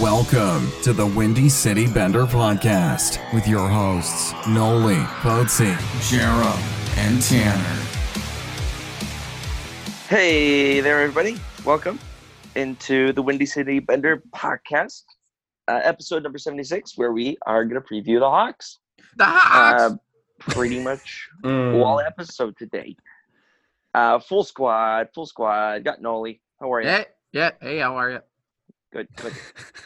Welcome to the Windy City Bender podcast with your hosts, Noli, Potsy, Jerem, and Tanner. Hey there, everybody. Welcome into the Windy City Bender podcast, uh, episode number 76, where we are going to preview the Hawks. The Hawks. Mm. Uh, pretty much all episode today. Uh, full squad, full squad. Got Noli. How are you? yeah, yeah. Hey, how are you? Good, good.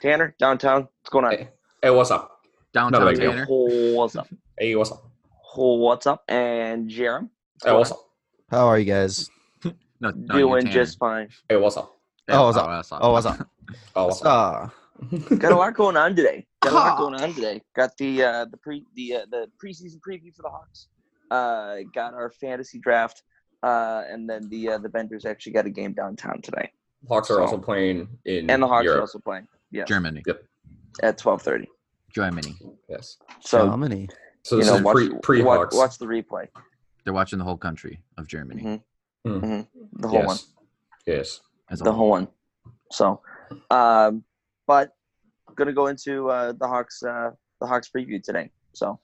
Tanner, downtown. What's going on? Hey, Hey, what's up? Downtown big deal. Tanner. Whole what's up? Hey, what's up? Whole what's up? And Jerem Oh, Hey, what's up? How are you guys? No, no, you're doing Tanner. just fine. Hey, what's up? Yeah, Oh, what's up? what's up? Oh, what's up? Oh, What's what's up? up? Got a lot going on today. Got a lot going on today. Got the uh, the pre the uh, the preseason preview for the Hawks. Uh, got our fantasy draft, uh, and then the uh, the Benders actually got a game downtown today, Hawks are also playing in and the Hawks are Europe. also playing. Yeah, Germany. at twelve thirty. Germany. Yes. So Germany. So you this know, is watch, pre pre watch, Hawks. watch the replay, They're watching the whole country of Germany. Mhm. Mm. the whole yes. one, Yes. As Mm-hmm. a the whole. whole one. So, um, but gonna go into uh, the Hawks uh, the Hawks preview today. So,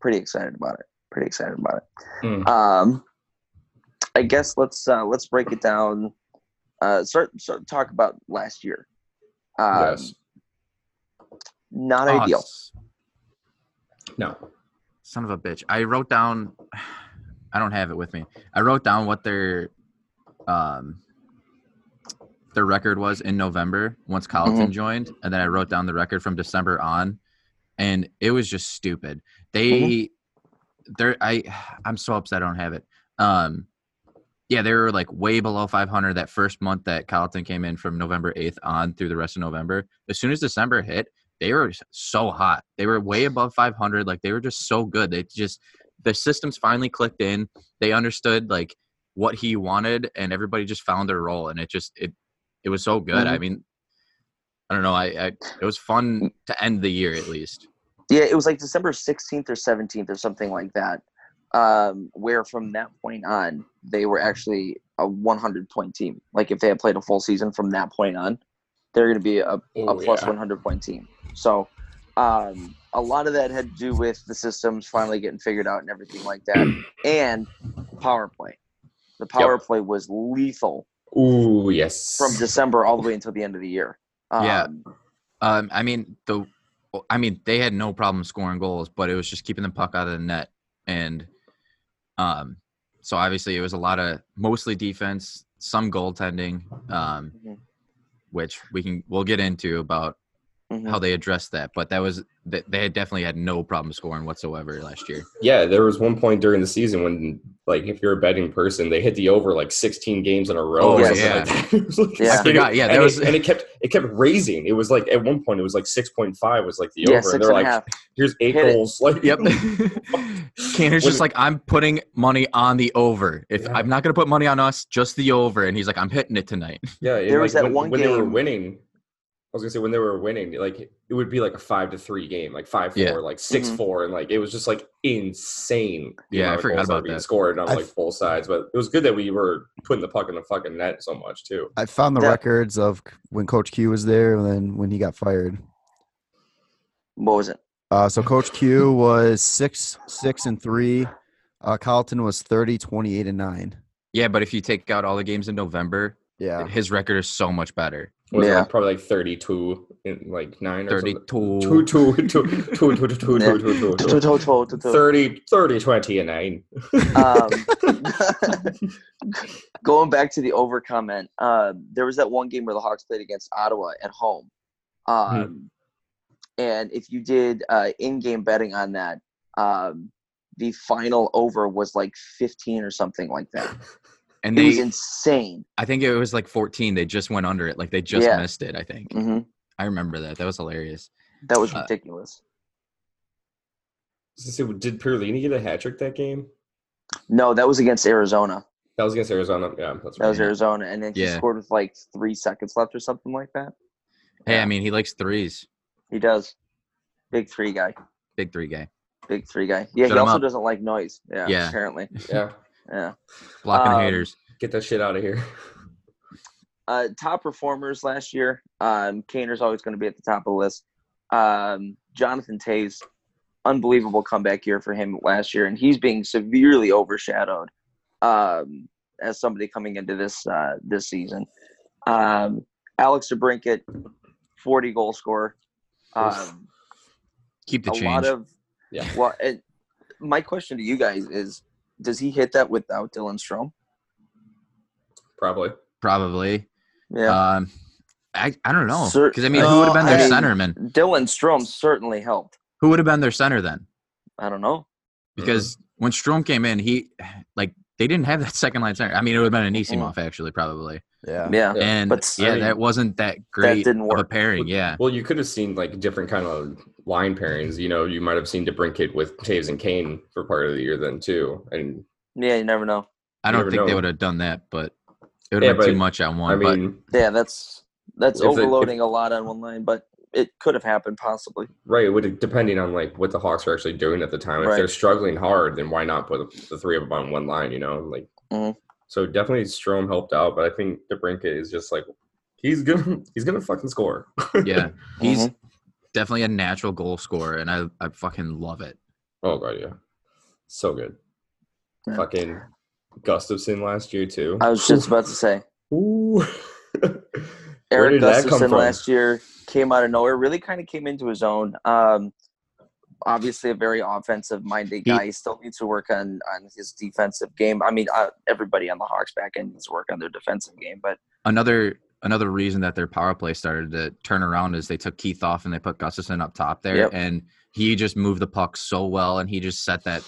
pretty excited about it. Pretty excited about it. Mm. um, I guess let's uh, let's break it down. Uh, start, start talk about last year. Um, yes. Not Oh, ideal. s- No. Son of a bitch. I wrote down. I don't have it with me. I wrote down what their um their record was in November once Colleton joined, and then I wrote down the record from December on, and it was just stupid. They, they're I, I'm so upset I don't have it. Um, yeah, they were like way below 500 that first month that Colleton came in from November 8th on through the rest of November. As soon as December hit, they were so hot. They were way above 500. Like they were just so good. They just the systems finally clicked in. They understood like what he wanted, and everybody just found their role. And it just it it was so good. I mean, I don't know. I, I it was fun to end the year at least. Yeah, it was like December sixteenth or seventeenth or something like that. Um, where from that point on, they were actually a 100 point team. Like if they had played a full season from that point on, they're going to be a a Oh, plus yeah. 100 point team. So um, a lot of that had to do with the systems finally getting figured out and everything like that, and power play. The power play was lethal Ooh, yes. from December all the way until the end of the year. Um, Yeah. Um, I mean the, I mean they had no problem scoring goals, but it was just keeping the puck out of the net, and um, so obviously it was a lot of mostly defense, some goaltending, um, Mhm. which we can we'll get into about mhm. how they addressed that. But that was they, they had definitely had no problem scoring whatsoever last year. yeah, there was one point during the season when, like, if you're a betting person, they hit the over like 16 games in a row. Oh, or yeah. something like that. It was like- Yeah. I and forgot, it- yeah, and there it- was- and it kept it kept raising. It was like at one point it was like 6.5 was like the Yeah, over, six and they're and a like, half. "Here's eight Hit it. goals." Like, Yep. Canner's When- just like, I'm putting money on the over. If Yeah. I'm not gonna put money on us, just the over. And he's like, I'm hitting it tonight. Yeah, and, There like, was that when, one when they were game- winning. I was gonna say when they were winning, like it would be like a five to three game, like five four, Yeah. like 6 four, and like it was just like insane. the Yeah, I amount of forgot goals that were about being that. Scored on I- like both sides, but it was good that we were putting the puck in the fucking net so much too. I found the That- records of c- when Coach Q was there and then when he got fired. What was it? Uh, so Coach Q was six, six and three. Uh, Colleton was 30, 28 and nine. Yeah, but if you take out all the games in November, Yeah. his record is so much better. Was yeah. Yeah. probably like thirty two in like nine or something. 32. Two, two, two, two, two, two, two, Yeah. two, two, two, two. Um, 30, 30, 20, and nine. going back to the over comment, uh, there was that one game where the Hawks played against Ottawa at home. Mm-hmm. Um, And if you did uh, in game betting on that, um, the final over was like 15 or something like that. And It was they, insane. I think it was like 14. They just went under it. Like they just Yeah. missed it, I think. hmm I remember that. That was hilarious. That was Uh, ridiculous. So, Did Pirlini get a hat trick that game? No, that was against Arizona. That was against Arizona. Yeah, that's That right. was Arizona, and then he Yeah. scored with like three seconds left or something like that. Hey, I mean, he likes threes. He does. Big three guy. Big three guy. Big three guy. Yeah, Shut he him also up. doesn't like noise. Yeah, Yeah. apparently. Yeah, Yeah. Blocking Um, haters. get that shit out of here. uh, top performers last year. Um, Kaner's always going to be at the top of the list. Um, Jonathan Tays, unbelievable comeback year for him last year, and he's being severely overshadowed um, as somebody coming into this uh, this season. Um, Alex DeBrinket, forty goal scorer. Um, Keep the a change. lot of Yeah. Well, and my question to you guys is: Does he hit that without Dylan Strom? Probably. Probably. Yeah. Um, I, I don't know Cer- because I mean, No, who would have been their I- centerman? Dylan Strom certainly helped. Who would have been their center then? I don't know. Mm-hmm. Because when Strom came in, he like they didn't have that second line center. I mean, it would have been Anisimov actually probably, Yeah. Yeah. Yeah. and But- yeah, I mean, that wasn't that great didn't of a work. pairing. Yeah, Well, you could have seen like different kind of line pairings. You know, you might have seen DeBrinket with Taves and Kane for part of the year then too. And Yeah, you never know. I don't never think they know. would have done that, but it would Yeah, have been too but- much on one. I mean, Yeah, that's that's If they- if- overloading a lot on one line, but it could have happened possibly. right, it would depending on like what the Hawks are actually doing at the time. If Right. they're struggling hard, then why not put the three of them on one line? You know, like Mhm. so definitely Strom helped out, but I think DeBrinket is just like he's gonna he's gonna fucking score. but yeah, he's Mm-hmm. definitely a natural goal scorer, and I I fucking love it. Oh god, yeah, so good. Yeah. Fucking Gustafson last year too. I was just about to say Ooh. Where Eric did that come Gustafson from? last year came out of nowhere, really kind of came into his own. Um, obviously, a very offensive minded guy. He still needs to work on on his defensive game. I mean, uh, everybody on the Hawks back end needs to work on their defensive game, but Another another reason that their power play started to turn around is they took Keith off and they put Gustafson up top there, Yep. and he just moved the puck so well, and he just set that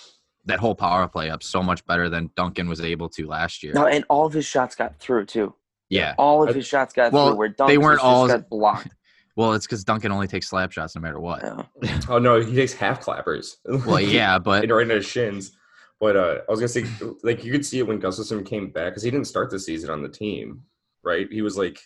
that whole power play up so much better than Duncan was able to last year. no, and all of his shots got through too. yeah. All of I- his shots got well, through. Where they Duncan's weren't just all- got blocked. Well, it's because Duncan only takes slap shots no matter what. Yeah. Oh no, he takes half clappers. Well, yeah, but and right into his shins. But uh, I was gonna say, like you could see it when Gustafson came back because he didn't start the season on the team, right? He was like,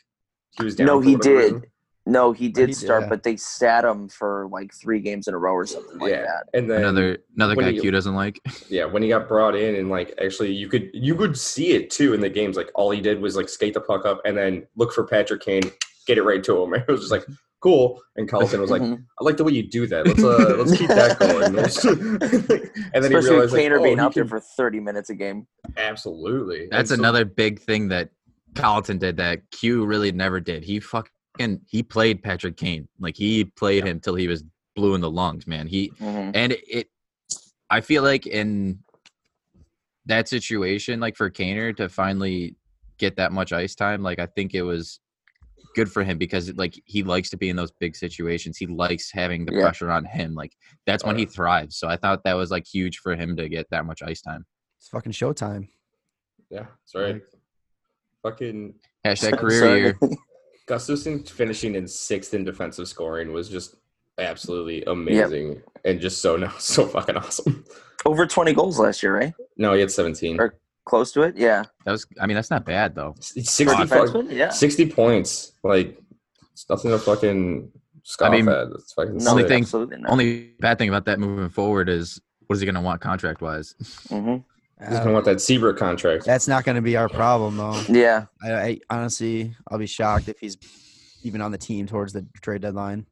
he was down. No, for he whatever did. reason. No, he did he did, start, yeah. but they sat him for like three games in a row or something like yeah, that. and then another another when guy he- Q doesn't like. yeah, when he got brought in and like actually, you could you could see it too in the games. Like all he did was like skate the puck up and then look for Patrick Kane, get it right to him. It was just like cool. And Carlson was like, Mhm. I like the way you do that. Let's uh, let's keep that going. and then he Especially with realized like, Kaner oh, being he out there can- for 30 minutes a game. absolutely. That's And so- another big thing that Colleton did that Q really never did. He fucking he played Patrick Kane. Like he played him till he was blue in the lungs, man. He Mhm. and it I feel like in that situation, like for Kaner to finally get that much ice time, like I think it was good for him because like he likes to be in those big situations. He likes having the Yeah. pressure on him. Like that's when Oh, he yeah. thrives. So I thought that was like huge for him to get that much ice time. It's fucking showtime. Yeah, that's right. Fucking Hashtag career Sorry. year. Gustafson finishing in sixth in defensive scoring was just absolutely amazing and just so now so fucking awesome. Over 20 goals last year, right? No, he had 17. Or- Close to it? Yeah. That was I mean that's not bad though. S- For 60, a fuck- defenseman? Yeah. 60 points. Like it's nothing to fucking scoff mean, at. It's fucking No, Only sick. thing- absolutely not. Only bad thing about that moving forward is what is he going to want contract wise? Mhm. I just don't want that Zebra contract. Uh, That's not going to be our problem, though. Yeah. I, I honestly, I'll be shocked if he's even on the team towards the trade deadline.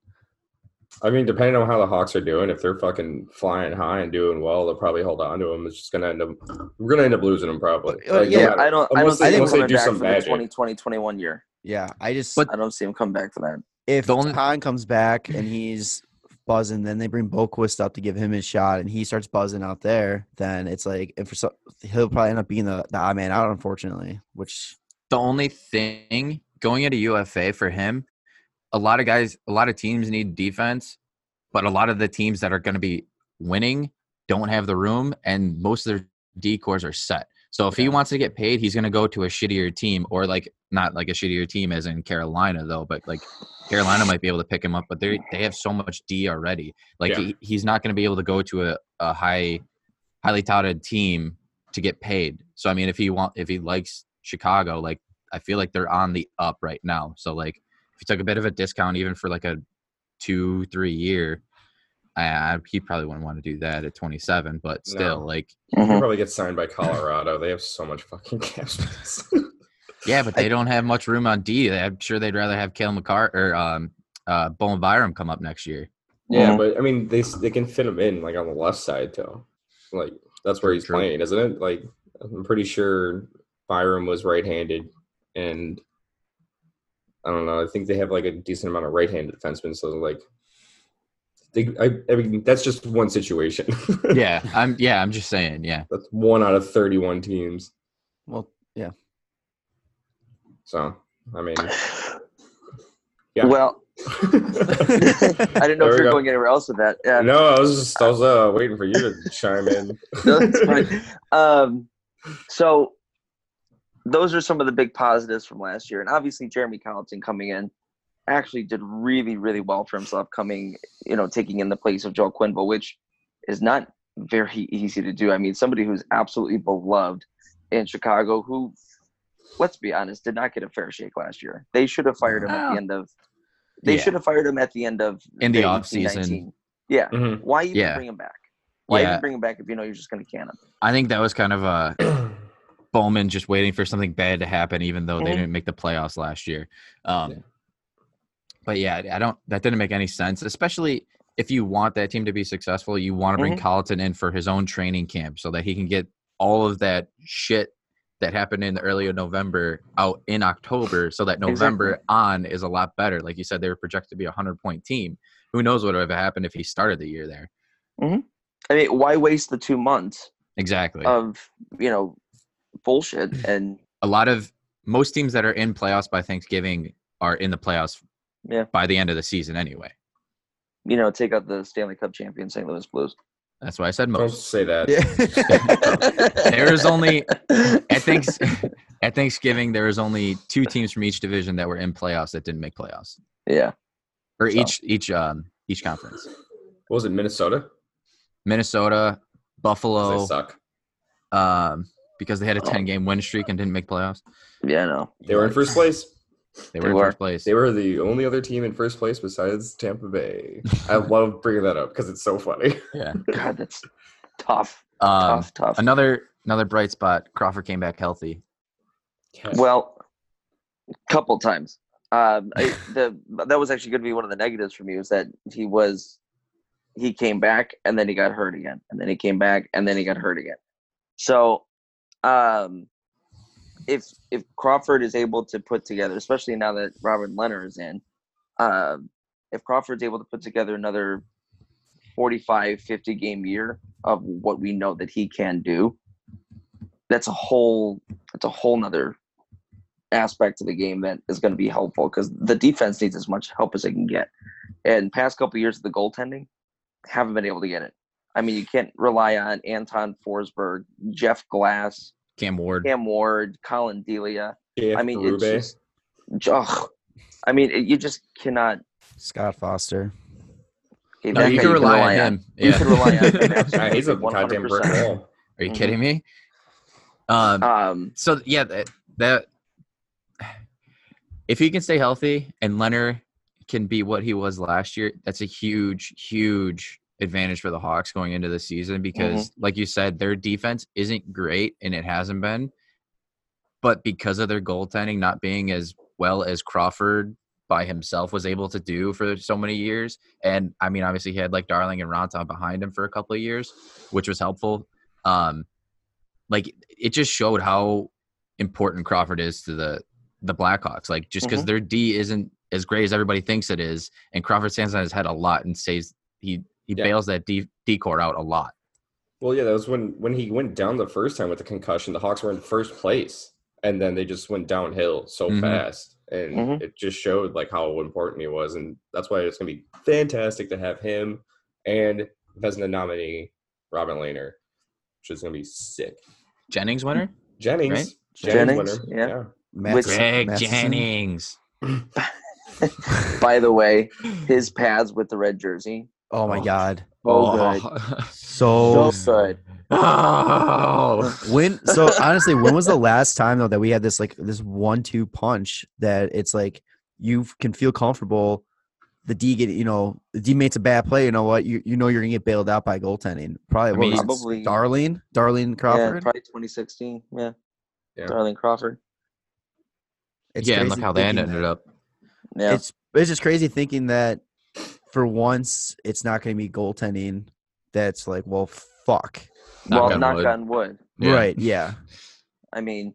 I mean, depending on how the Hawks are doing, if they're fucking flying high and doing well, they'll probably hold on to him. It's just gonna end up we're gonna end up losing him probably. Uh, Like, no yeah, matter- I don't. I don't unless see they- him unless they coming do back for some the magic. 2020 21 year. Yeah, I just But- I don't see him come back for that. if the only- Khan comes back and he's buzzing, then they bring Boquist up to give him his shot, and he starts buzzing out there. Then it's like, and for so, he'll probably end up being the, the odd man out, unfortunately. Which The only thing going into UFA for him, a lot of guys, a lot of teams need defense, but a lot of the teams that are going to be winning don't have the room, and most of their decors are set. So if he wants to get paid, he's going to go to a shittier team, or like not like a shittier team as in Carolina though, but like Carolina might be able to pick him up, but they they have so much D already. Like Yeah. he, he's not going to be able to go to a, a high, highly touted team to get paid. So I mean, if he want if he likes Chicago, like I feel like they're on the up right now. So like if he took a bit of a discount even for like a two three year, I, I, he probably wouldn't want to do that at 27. But still, No. like He'll Mhm. probably get signed by Colorado. They have so much fucking cap space. Yeah, but they don't have much room on D. They- I'm sure they'd rather have Kale McCart or um, uh, Bowen Byram come up next year. Yeah, Mhm. but I mean, they s- they can fit him in like on the left side though. Like that's where he's True. playing, isn't it? Like I'm pretty sure Byram was right-handed, and I don't know. I think they have like a decent amount of right-handed defensemen, so like. They, I, I mean, that's just one situation. Yeah, I'm. Yeah, I'm just saying. Yeah, that's one out of thirty-one teams. Well, So, I mean, Yeah. Well, I didn't know if There we you were go. going anywhere else with that. Yeah, no, I was just I was uh, waiting for you to chime in. no, that's fine. Um, so those are some of the big positives from last year, and obviously Jeremy Collinson coming in actually did really, really well for himself. Coming, you know, taking in the place of Joel Quinville, which is not very easy to do. I mean, somebody who's absolutely beloved in Chicago, who, let's be honest, did not get a fair shake last year. They should have fired him at the end of. They Yeah. should have fired him at the end of In the the off season. 18-19. Yeah. Mhm. Why even Yeah. bring him back? Why Yeah. even bring him back if you know you're just going to can him? I think that was kind of a Mm-hmm. Bowman just waiting for something bad to happen, even though they Mhm. didn't make the playoffs last year. Um, Yeah. But yeah, I don't. That didn't make any sense, especially if you want that team to be successful. You want to bring Mhm. Colleton in for his own training camp so that he can get all of that shit that happened in the earlier November out in October, so that November on is a lot better. Like you said, they were projected to be a hundred point team. Who knows what would have happened if he started the year there? I mean, why waste the two months Exactly. of you know bullshit and a lot of most teams that are in playoffs by Thanksgiving are in the playoffs Yeah. by the end of the season anyway. you know take out the Stanley Cup champion St. Louis Blues? That's why I said Don't most. say that. yeah. There is only I at thanks at Thanksgiving there was only two teams from each division that were in playoffs that didn't make playoffs yeah, or So. each each um each conference. What was it Minnesota? Minnesota, 'Cause Buffalo, They suck. um, because they had a Oh. ten game win streak and didn't make playoffs. yeah, no, They were in first place. They They were in were. first place. They were the only other team in first place besides Tampa Bay. I love bringing that up because it's so funny. yeah. God, that's tough, Um, tough, tough. another another bright spot. Crawford came back healthy. Well, a couple times. Um, I, the that was actually going to be one of the negatives for me was that he was he came back and then he got hurt again and then he came back and then he got hurt again. So, um, if if Crawford is able to put together, especially now that Robin Leonard is in, um, if Crawford's able to put together another 45, 50 game year of what we know that he can do, that's a whole that's a whole nother aspect to the game that is going to be helpful because the defense needs as much help as they can get. And past couple years of the goaltending, haven't been able to get it. I mean, you can't rely on Anton Forsberg, Jeff Glass, Cam Ward. Cam Ward, Colin Delia. Yeah, I mean, Berube. it's just, ugh. I mean, it, you just cannot. Scott Foster. hey, No, that you guy can rely on him. You can rely on him. Yeah, he's a goddamn brick 100%. wall. Are you Mhm. kidding me? Um, Um, so yeah, that, that if he can stay healthy and Leonard can be what he was last year, that's a huge, huge advantage for the Hawks going into the season because, like you said, their defense isn't great and it hasn't been, but because of their goaltending not being as well as Crawford by himself was able to do for so many years, and I mean, obviously he had like Darling and Ronta behind him for a couple of years, which was helpful. Um, like it just showed how important Crawford is to the the Blackhawks. Like just Mm-hmm. because their D isn't as great as everybody thinks it is, and Crawford stands on his head a lot and says he he Yeah. bails that D decor out a lot. Well, yeah, that was when when he went down the first time with the concussion. The Hawks were in first place, and then they just went downhill so Mm-hmm. Mhm. fast, and Mhm. it just showed like how important he was, and that's why it's gonna be fantastic to have him and Vesna nominee Robin Lehner, which is gonna be sick. Jennings winner, Mm-hmm. Jennings, Right? Jennings, winner, yeah. Mathis- Greg Matheson? Jennings. by the way, his pads with the red jersey, Oh my Oh. god. so good, So so good. oh. when so honestly, when was the last time though that we had this like this one two punch that it's like you f- can feel comfortable the D get you know the D makes a bad play, you know what? You you know you're gonna get bailed out by goaltending. Probably I what mean, was it? probably- Darlene, Darlene Yeah, Crawford. probably 2016. Yeah. Yeah. Darling Crawford. It's yeah, and crazy look how they thinking ended that- up. Yeah. It's it's just crazy thinking that for once it's not going to be goaltending. That's like, well, fuck. Knock well, on knock wood. on wood. Yeah. Right? Yeah. I mean,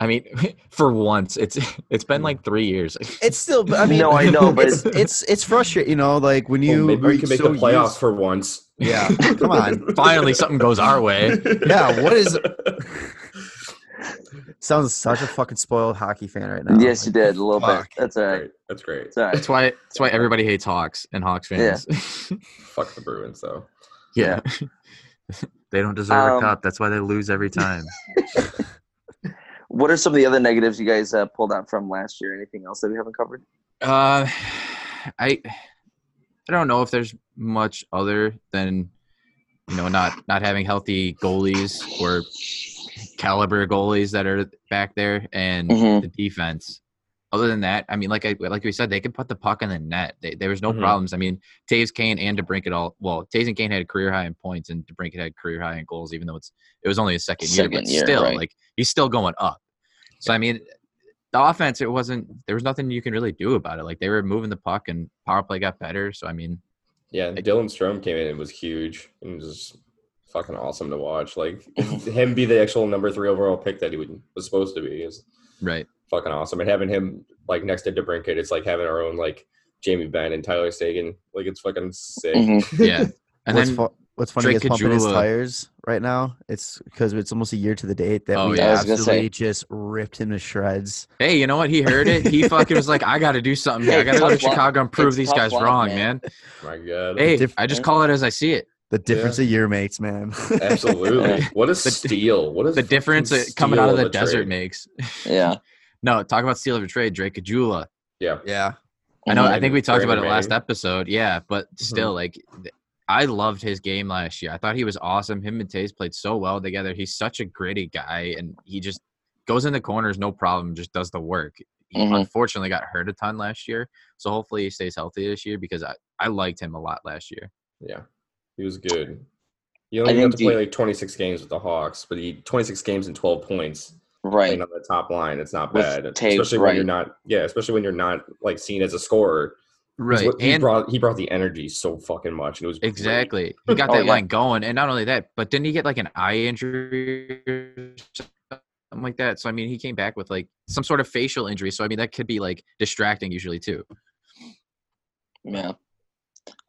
I mean, for once, it's it's been Mm. Hmm. like three years. It's still. but I mean, No, I know, but it's it's it's frustrating. You know, like when Well, you maybe are we can make so the playoffs used- for once. Yeah, come on. Finally, something goes our way. Yeah, what is- sounds such a fucking spoiled hockey fan right now. yes, you did a little bit. fuck. That's all right. Great. That's great. It's all right. That's why that's why everybody hates Hawks and Hawks fans. Yeah, Fuck the Bruins though. they don't deserve Um, a cup. That's why they lose every time. What are some of the other negatives you guys uh, pulled out from last year? Anything else that we haven't covered? Uh, I I don't know if there's much other than you know not not having healthy goalies or caliber goalies that are back there and Mhm. the defense. Other than that, I mean, like I like we said, they could put the puck in the net. They, there was no Mhm. problems. I mean, Taves, Kane, and DeBrinket all well. Taves and Kane had a career high in points, and DeBrinket had career high in goals. Even though it's it was only his second, year, Second but year, still, right. like he's still going up. So I mean, the offense, it wasn't there was nothing you can really do about it. Like they were moving the puck and power play got better. So I mean, Yeah, Like- Dylan Strom came in and was huge and was just fucking awesome to watch. Like him be the actual number three overall pick that he would, was supposed to be is right. fucking awesome. And having him like next to DeBrinket, it's like having our own like Jamie Benn and Tyler Sagan. Like it's fucking sick. Mm-hmm. Mhm. Yeah. And what's, then fu- what's funny Drake is pumping his Kajula- tires right now. It's because it's almost a year to the date that Oh, we yeah. I was gonna absolutely say. just ripped him to shreds. hey, you know what? He heard it. He fucking was like, I got to do something. here. I got to go to Tough luck. Chicago and prove It's these tough guys luck, wrong, man. man. My God. Hey, Diff- I just call it as I see it. The difference of year makes, man. Absolutely. What a The- steal. What is The difference it- coming out of the desert makes. Yeah. No, talk about steal of a trade, Drake Kajula. Yeah. I yeah. Mm-hmm. know. I Brandon- think we talked about it Brandon last Manning. episode. Yeah, but Mm-hmm. still, like, th- I loved his game last year. I thought he was awesome. Him and Taze played so well together. He's such a gritty guy, and he just goes in the corners, no problem. Just does the work. He Mm-hmm. Mhm. unfortunately got hurt a ton last year, so hopefully he stays healthy this year because I I liked him a lot last year. Yeah, he was good. He I only got think to the- play like 26 games with the Hawks, but he 26 games and 12 points. Right. Playing on the top line, it's not With bad, Taves, especially when you're right. not. Yeah, especially when you're not like seen as a scorer. He's Right, what- he brought he brought the energy so fucking much, and it was great. Exactly. He got Oh, that yeah. line going. And not only that, but didn't he get like an eye injury or something like that? So, I mean, he came back with like some sort of facial injury. So, I mean, that could be like distracting usually too. Yeah.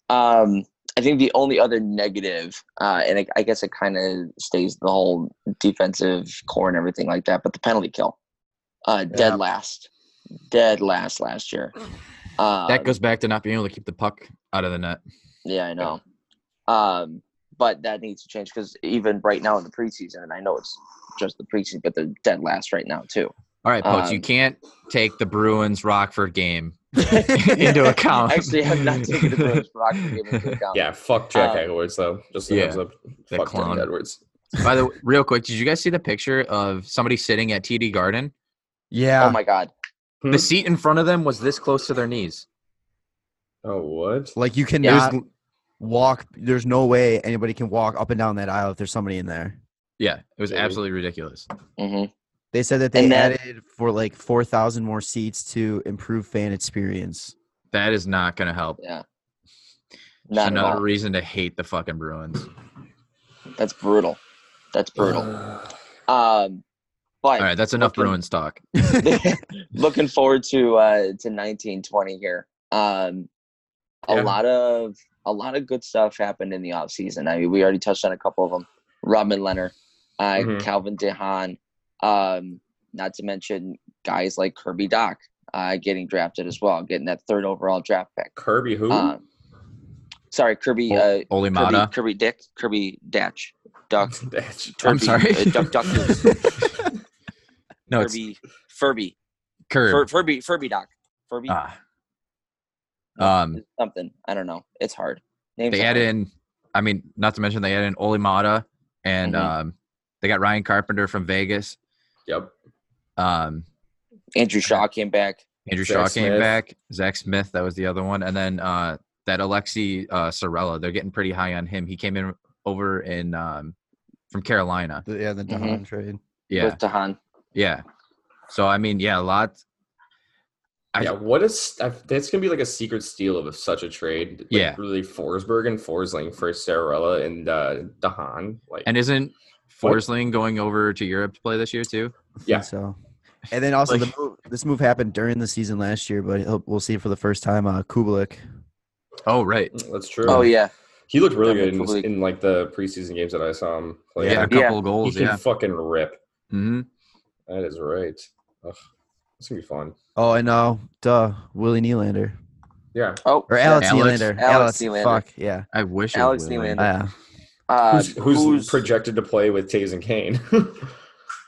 Um, I think the only other negative, uh, and it, I guess it kind of stays the whole defensive core and everything like that, but the penalty kill, uh, Yeah. dead last, dead last last year. Um, that goes back to not being able to keep the puck out of the net. Yeah, I know. Um, but that needs to change because even right now in the preseason, and I know it's just the preseason, but they're dead last right now too. All right, Poach, you Um, can't take the Bruins Rockford game into account. Actually, I'm not taking the Bruins Rockford game into account. Yeah, fuck Jack Um, Edwards though. Just a yeah, heads up, that fuck clown. Jack Edwards. By the way, real quick, did you guys see the picture of somebody sitting at TD Garden? Yeah. Oh my God. Hmm. The seat in front of them was this close to their knees. Oh what? Like you It cannot was walk. There's no way anybody can walk up and down that aisle if there's somebody in there. yeah, it was Dude. absolutely ridiculous. hmm They said that they And that- added for like four thousand more seats to improve fan experience. That is not going to help. Yeah. Just Not at another all. reason to hate the fucking Bruins. That's brutal. That's brutal. Um, but Uh, All right, that's enough fucking- Bruins talk. looking forward to uh to nineteen twenty here. Um, a Yeah. lot of a lot of good stuff happened in the off season. I mean, we already touched on a couple of them. Robin Leonard, uh, Mm-hmm. Mhm. Calvin DeHaan, um, not to mention guys like Kirby Doc uh, getting drafted as well, getting that third overall draft pick. Kirby who? Um, sorry, Oh, Kirby. Uh, Kirby, Olimata. Kirby Dick, Kirby Datch, Duck. That's- I'm Turpy, sorry. uh, duck, duck, no, it's Kirby, Furby, Fur, Curb. Furby, Furby Doc, Furby. Ah. Um, something. I don't know. It's hard. Names they are added hard. in. I mean, not to mention they added in Olimata, and Mhm. um, they got Ryan Carpenter from Vegas. Yep. Um, Andrew Shaw came back. Andrew Zach Shaw came Smith. back. Zach Smith, that was the other one, and then uh, that Alexi uh, Sorella. They're getting pretty high on him. He came in over in um, from Carolina. yeah, the Mhm. trade. Yeah, with Tahan. yeah. So I mean, yeah, a lot. I- yeah, what is I- that's gonna be like a secret steal of such a trade? Like, Yeah. really Forsberg and Forsling for Sararella and uh, Dahan. Like, And isn't What? Forsling going over to Europe to play this year too? Yeah. So, and then also Like- the move, this move happened during the season last year, but he'll- we'll see it for the first time. Uh, Kubelik. Oh right, that's true. Oh yeah, he looked really Yeah, good in, probably. in like the preseason games that I saw him play. yeah, a Like, Oh, couple Yeah. of he goals, can yeah. fucking rip. hmm That is right. Ugh, it's gonna be fun. Oh, and uh, duh, Willie Nylander Yeah, Oh, or Alex, Alex- Nylander. Alex Nylander. Fuck yeah. I wish. it Alex would. Nylander. Yeah. uh, who's, who's, projected to play with Tays and Kane?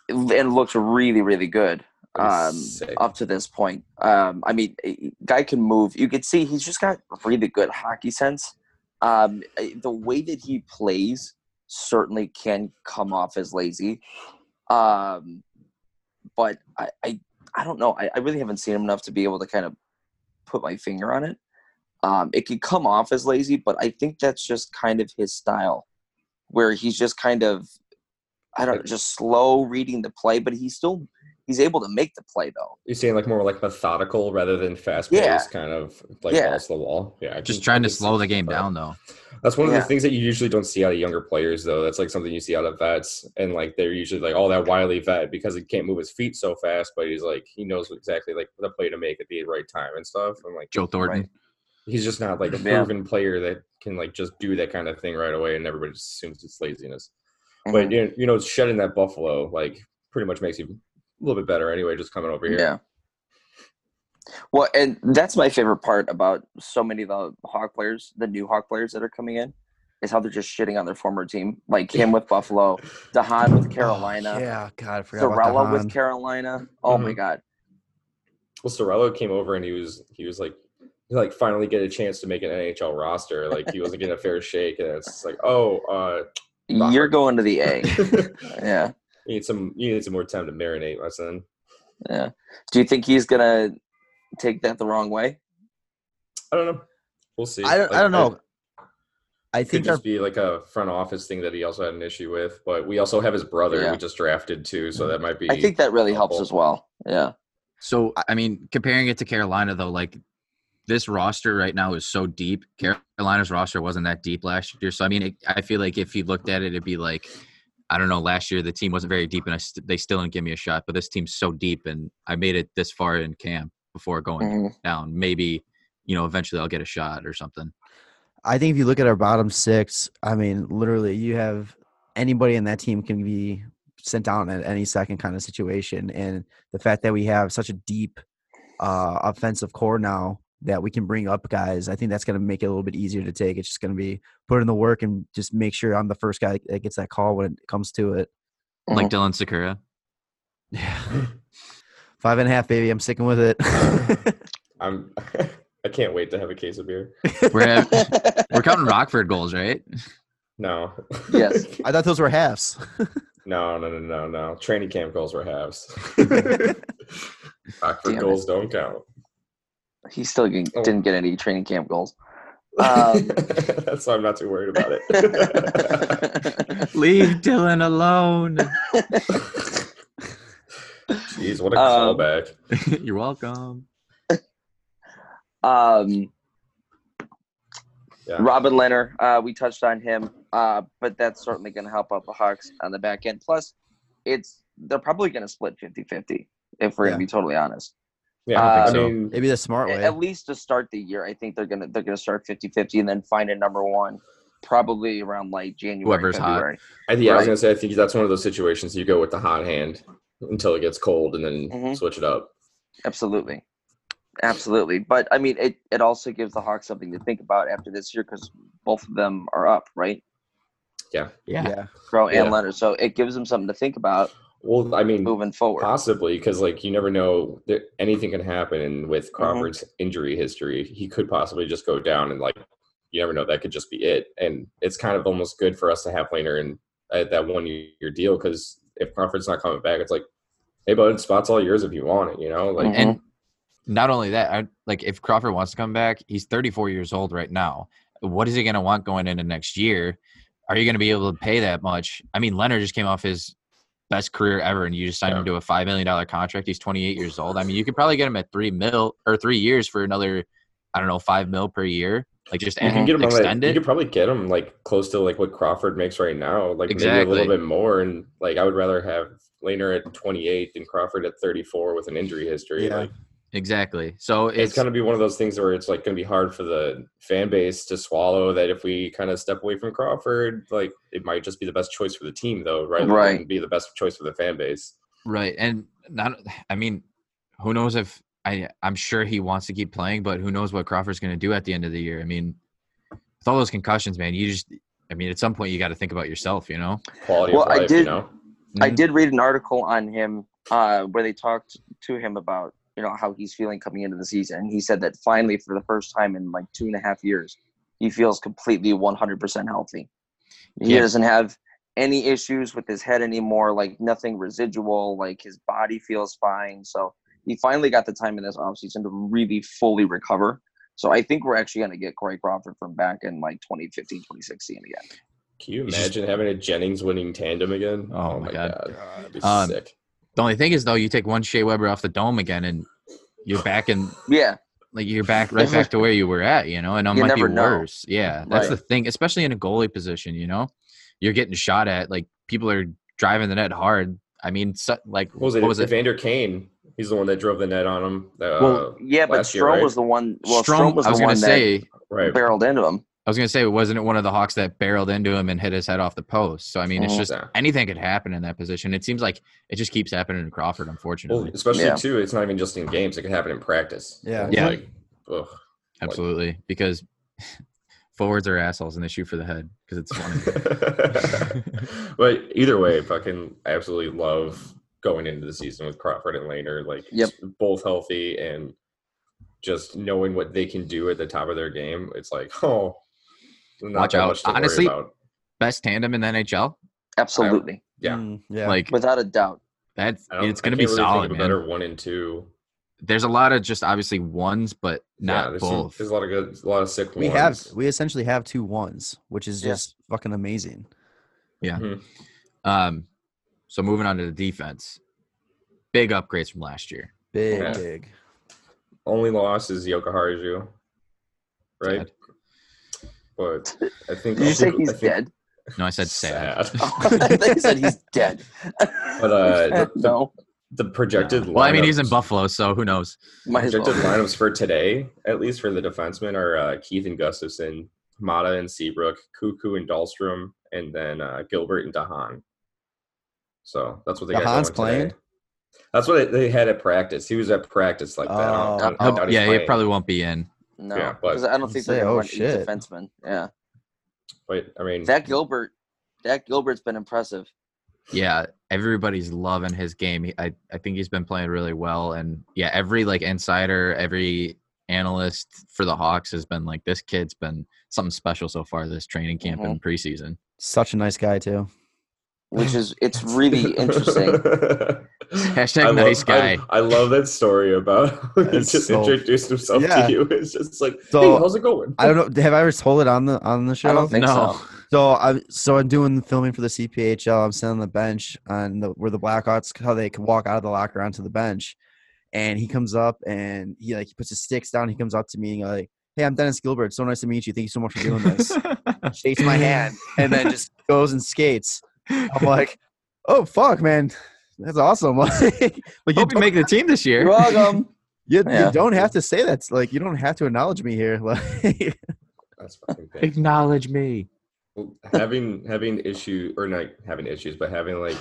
and looks really really good That um, is sick. up to this point. Um, I mean, a- guy can move. You could see he's just got really good hockey sense. Um, eh, the way that he plays certainly can come off as lazy, um, but I, I I don't know. I, I really haven't seen him enough to be able to kind of put my finger on it. Um, it could come off as lazy, but I think that's just kind of his style, where he's just kind of, I don't know, just slow reading the play, but he's still he's able to make the play though. You're saying like more like methodical rather than fast paced, Yeah. kind of like Yeah. balls to the wall. Yeah, I Just can- trying I to can see slow the game that. down though. That's one of Yeah. the things that you usually don't see out of younger players, though. That's like something you see out of vets, and like they're usually like, "Oh, that wily vet," because he can't move his feet so fast, but he's like he knows exactly like the play to make at the right time and stuff. And like Joe Thornton. Right. he's just not like a Yeah. proven player that can like just do that kind of thing right away, and everybody just assumes it's laziness. Mhm. But you know, you know, shedding that buffalo like pretty much makes you a little bit better anyway. Just coming over here, Yeah. Well, and that's my favorite part about so many of the Hawk players, the new Hawk players that are coming in, is how they're just shitting on their former team. Like him with Buffalo, Dahan with Oh, Carolina, yeah. God, I forgot Zarella about Mm-hmm. with with Carolina. Oh my Mhm. God. Well, Sorello came over and he was he was like he, like finally get a chance to make an NHL roster. Like he wasn't getting a fair shake, and it's just like, oh, uh, You're going to the A. you yeah. need some you need some more time to marinate, my son. Yeah. Do you think he's gonna take that the wrong way? I don't know. We'll see. I don't. Like, I don't know. I It could think our just be like a front office thing that he also had an issue with, but we also have his brother Yeah. we just drafted too, so that might be. I think that really helps as well. Yeah. So I mean, comparing it to Carolina though, like this roster right now is so deep. Carolina's roster wasn't that deep last year, so I mean, it, I feel like if you looked at it, it'd be like, I don't know, last year the team wasn't very deep, and I st- they still didn't give me a shot. But this team's so deep, and I made it this far in camp before going Mhm. down. Maybe you know eventually I'll get a shot or something. I think if you look at our bottom six, I mean, literally, you have anybody in that team can be sent down at any second kind of situation, and the fact that we have such a deep uh, offensive core now that we can bring up guys, I think that's going to make it a little bit easier to take. It's just going to be put in the work and just make sure I'm the first guy that gets that call when it comes to it. Like Dylan Sakura. Yeah, five and a half, baby. I'm sticking with it. I'm. I can't wait to have a case of beer. We're at, Mm-hmm. we're counting Rockford goals, right? No. Yes. I thought those were halves. No, no, no, no, no. Training camp goals were halves. Damn Rockford it. goals don't count. he still g- Oh. didn't get any training camp goals. Um, That's why I'm not too worried about it. Leave Dylan alone. Jeez, what a Um, callback. You're welcome. Um, Yeah. Robin Leonard, uh, we touched on him, uh, but that's certainly going to help out the Hawks on the back end. Plus, it's they're probably going to split 50-50, if we're Yeah. going to be totally honest. Yeah, uh, I mean, Maybe the smart A- way. At least to start the year, I think they're going to they're going to start 50-50 and then find a number one, probably around like January, Whoever's hot. February. I, yeah, I was right. gonna say, I think that's one of those situations you go with the hot hand until it gets cold, and then Mhm. switch it up. Absolutely. Absolutely. But I mean, it, it also gives the Hawks something to think about after this year because both of them are up, right? Yeah. yeah. Crow and Yeah. Leonard. So it gives them something to think about Well, I mean, moving forward. possibly because like you never know, there, anything can happen, and with Mm-hmm. Crawford's injury history, he could possibly just go down, and like you never know, that could just be it. And it's kind of almost good for us to have Laner and at that one year deal because if Crawford's not coming back, it's like, hey, bud, spot's all yours if you want it. You know, like Mhm. And not only that, I, like if Crawford wants to come back, he's 34 years old right now. What is he going to want going into next year? Are you going to be able to pay that much? I mean, Leonard just came off his best career ever, and you just sign him to a five million dollar contract. He's 28 years old. I mean, you could probably get him at three mil or three years for another, I don't know, five mil per year. Like just You can add- get him on like, Mm-hmm. extend you it. could probably get him like close to like what Crawford makes right now, like maybe a Exactly. little bit more. And like I would rather have Laner at 28 than Crawford at 34 with an injury history. Yeah. Like, exactly. So it's, it's, going to be one of those things where it's like going to be hard for the fan base to swallow that if we kind of step away from Crawford, like it might just be the best choice for the team though, rather Right. than be the best choice for the fan base. right, and not. I mean, who knows if I? I'm sure he wants to keep playing, but who knows what Crawford's going to do at the end of the year? I mean, with all those concussions, man, you just. I mean, at some point, you got to think about yourself. You know. Quality Well, of I life, you did- know. I Mhm. did read an article on him uh, where they talked to him about you know how he's feeling coming into the season. And he said that finally, for the first time in like two and a half years, he feels completely 100% healthy. He Yeah. doesn't have any issues with his head anymore, like nothing residual. Like his body feels fine. So he finally got the time in this offseason to really fully recover. So I think we're actually going to get Corey Crawford from back in like 2015, 2016 again. Can you It's just- imagine having a Jennings winning tandem again? Oh my God. That'd be Um, sick. The only thing is though, you take one Shea Weber off the dome again, and you're back in Yeah. like you're back right back to where you were at, you know, and it You might be never know. worse. Yeah, that's Right. the thing, especially in a goalie position. You know, you're getting shot at. Like people are driving the net hard. I mean, so, like What was it? Evander Kane. He's the one that drove the net on him. Uh, Well, Yeah, but last Strom year, right? was the one. Well, Strom, Strom, was I the was one gonna say, right. that barreled into him. I was gonna say, wasn't it one of the Hawks that barreled into him and hit his head off the post? So I mean, it's Mhm. just Yeah. anything could happen in that position. It seems like it just keeps happening to Crawford, Well, unfortunately. especially Yeah. too, Oh, it's not even just in games. It could happen in practice. Yeah. It's Yeah. Like, ugh. Absolutely, because forwards are assholes and they shoot for the head because it's funny. but either way, fucking absolutely love going into the season with Crawford and Laner, like Yep. both healthy and just knowing what they can do at the top of their game. It's like, oh, not Watch that out. much to worry Honestly- about. Best tandem in the NHL. Absolutely, Yeah. Mm, yeah. Like without a doubt. that's I don't- it's I gonna can't be really solid, Think of a man. better one and two. There's a lot of just obviously ones, but yeah, not there's some- both. there's a lot of good, a lot of sick we ones. have we essentially have two ones, which is Yeah. just fucking amazing. Um, so moving on to the defense, big upgrades from last year. Big, Yeah. big. only loss is Yokoharju, right? Sad. But I think Did you I say think- he's I think- dead? Oh, No, I said sad. they said he's dead. But uh, the, no, the projected Well, I mean, he's in lineups- Buffalo, so who knows? might as projected well. lineups for today, at least for the defensemen, are uh, Keith and Gustafson, Hamada and Seabrook, Cuckoo and Dahlstrom, and then uh, Gilbert and Dahan. So that's what they got. Dahan's going playing? Today. That's what they had at practice. He was at practice like that. I don't- I Oh. doubt he's yeah, playing. it probably won't be in. No, Yeah, but- Mm-hmm. because I don't think Say, they're going oh, to run shit. eight defensemen. Yeah, But I mean, that Gilbert, that Gilbert's been impressive. Yeah, everybody's loving his game. He, I I think he's been playing really well, and yeah, every like insider, every analyst for the Hawks has been like, this kid's been something special so far this training camp Mm-hmm. and preseason. Such a nice guy too. Which is it's really interesting. Hashtag nice love, I- guy. I, love that story about how he That's just so- introduced himself Yeah. to you. It's just like, So- hey, how's it going? I don't know. Have I ever told it on the on the show? I don't think No. so. So I'm so I'm doing the filming for the CPHL. I'm sitting on the bench on the where the Blackhawks how they could walk out of the locker onto the bench, and he comes up and he like he puts his sticks down. He comes up to me and like, "Hey, I'm Dennis Gilbert. So nice to meet you. Thank you so much for doing this." Shakes my hand and then just goes and skates. I'm like, "Oh fuck, man, that's awesome!" like, you Hope you don't, make the team this year. You're welcome. you, yeah. you don't have to say that. Like, you don't have to acknowledge me here. Like, That's fucking big. Acknowledge me. Well, having having issue or not having issues, but having like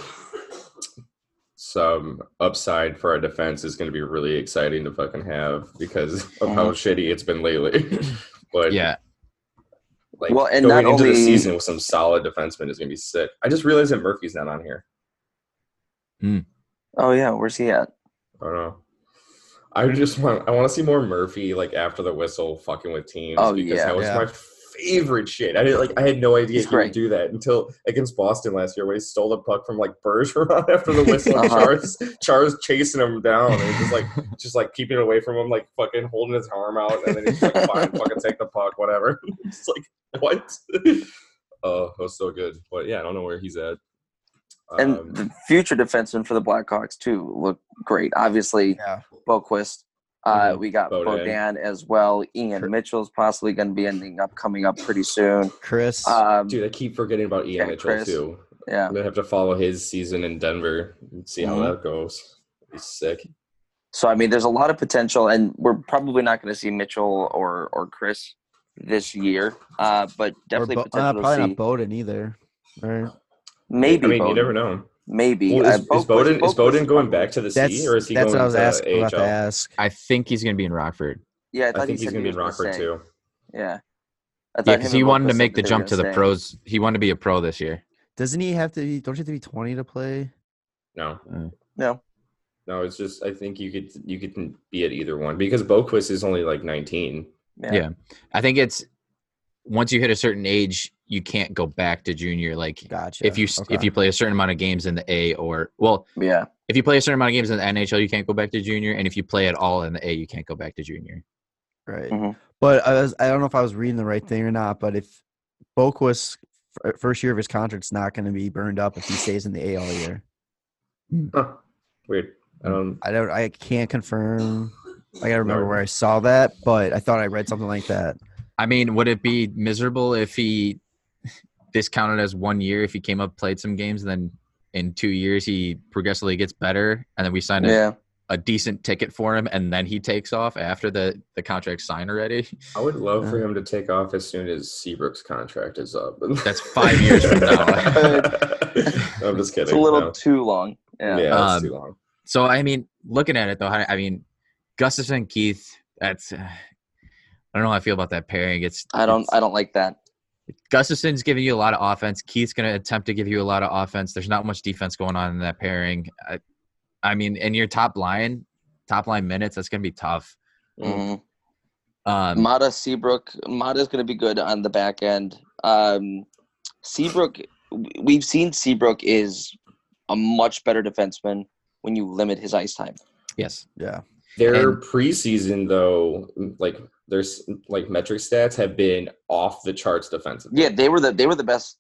some upside for our defense is going to be really exciting to fucking have because of how shitty it's been lately. but Yeah, like Well, and going not into the only- season with some solid defensemen is going to be sick. I just realized that Murphy's not on here. Oh yeah, where's he at? I don't know. I just want I want to see more Murphy like after the whistle fucking with teams Oh, because yeah. that was Yeah. my favorite shit. I didn't like I had no idea He's he would great. do that until against Boston last year when he stole the puck from like Bergeron after the whistle and Uh-huh. Char's Char's chasing him down and he's just like just like keeping it away from him like fucking holding his arm out and then he's like fine fucking take the puck whatever. It's like what? Oh, that was so good. But yeah, I don't know where he's at. And Um, the future defensemen for the Blackhawks too look great. Obviously, Yeah. Boquist. Uh, Mhm. we got Bodan. Bodan as well. Ian Sure. Mitchell's possibly going to be ending up coming up pretty soon. Chris. Um, Dude, I keep forgetting about Ian Yeah, Mitchell Chris. too. yeah, I'm gonna have to follow his season in Denver and see Mm-hmm. how that goes. He's sick. So I mean, there's a lot of potential, and we're probably not going to see Mitchell or or Chris this year, uh, but or definitely Bo- uh, potential probably to see. not Bowden either. Or, maybe I mean, you Bowden. never know. maybe Well, uh, is, is Boquist- Bowden is Boquist Bowden going probably- back to the that's sea, or is he that's going what I was to asking. About to AHL? ask. I think he's going to be in Rockford. Yeah, I thought I think he he's said going to be in he was Rockford stay. too. Yeah, I Yeah, him because he and wanted to Boquist make the said they were jump to the gonna stay. pros. He wanted to be a pro this year. Doesn't he have to be? Don't you have to be 20 to play? No, No, no, it's just I think you could you could be at either one because Boquist is only like 19. yeah, Yeah. I think it's once you hit a certain age, you can't go back to junior. Like Gotcha. if you s if okay. you play a certain amount of games in the A or well, yeah. if you play a certain amount of games in the NHL, you can't go back to junior, and if you play at all in the A, you can't go back to junior. Right. Mhm. But I, was, I don't know if I was reading the right thing or not. But if Boquist, f- first year of his contract's not going to be burned up if he stays in the A all year. Huh. Weird. I don't. I don't. I can't confirm. I gotta remember Right. where I saw that, but I thought I read something like that. I mean, would it be miserable if he this counted as one year if he came up, played some games, and then in two years he progressively gets better, and then we signed yeah. a, a decent ticket for him, and then he takes off after the the contract's signed already? I would love for him to take off as soon as Seabrook's contract is up. That's five years from now. I'm just kidding. It's a little no. too long. Yeah, Yeah. that's Um, too long. So I mean, looking at it though, I, I mean, Gustafson Keith. That's uh, I don't know how I feel about that pairing. It's I don't. it's- I don't like that. Gustafson's giving you a lot of offense. Keith's going to attempt to give you a lot of offense. There's not much defense going on in that pairing. I, I mean, and your top line, top line minutes, that's going to be tough. Mhm. Um, Mata Seabrook. Mata's going to be good on the back end. Um, Seabrook. w- We've seen Seabrook is a much better defenseman when you limit his ice time. yes, Yeah, Their And- preseason though, like their s- like metric stats have been off the charts defensively. Yeah, they were the they were the best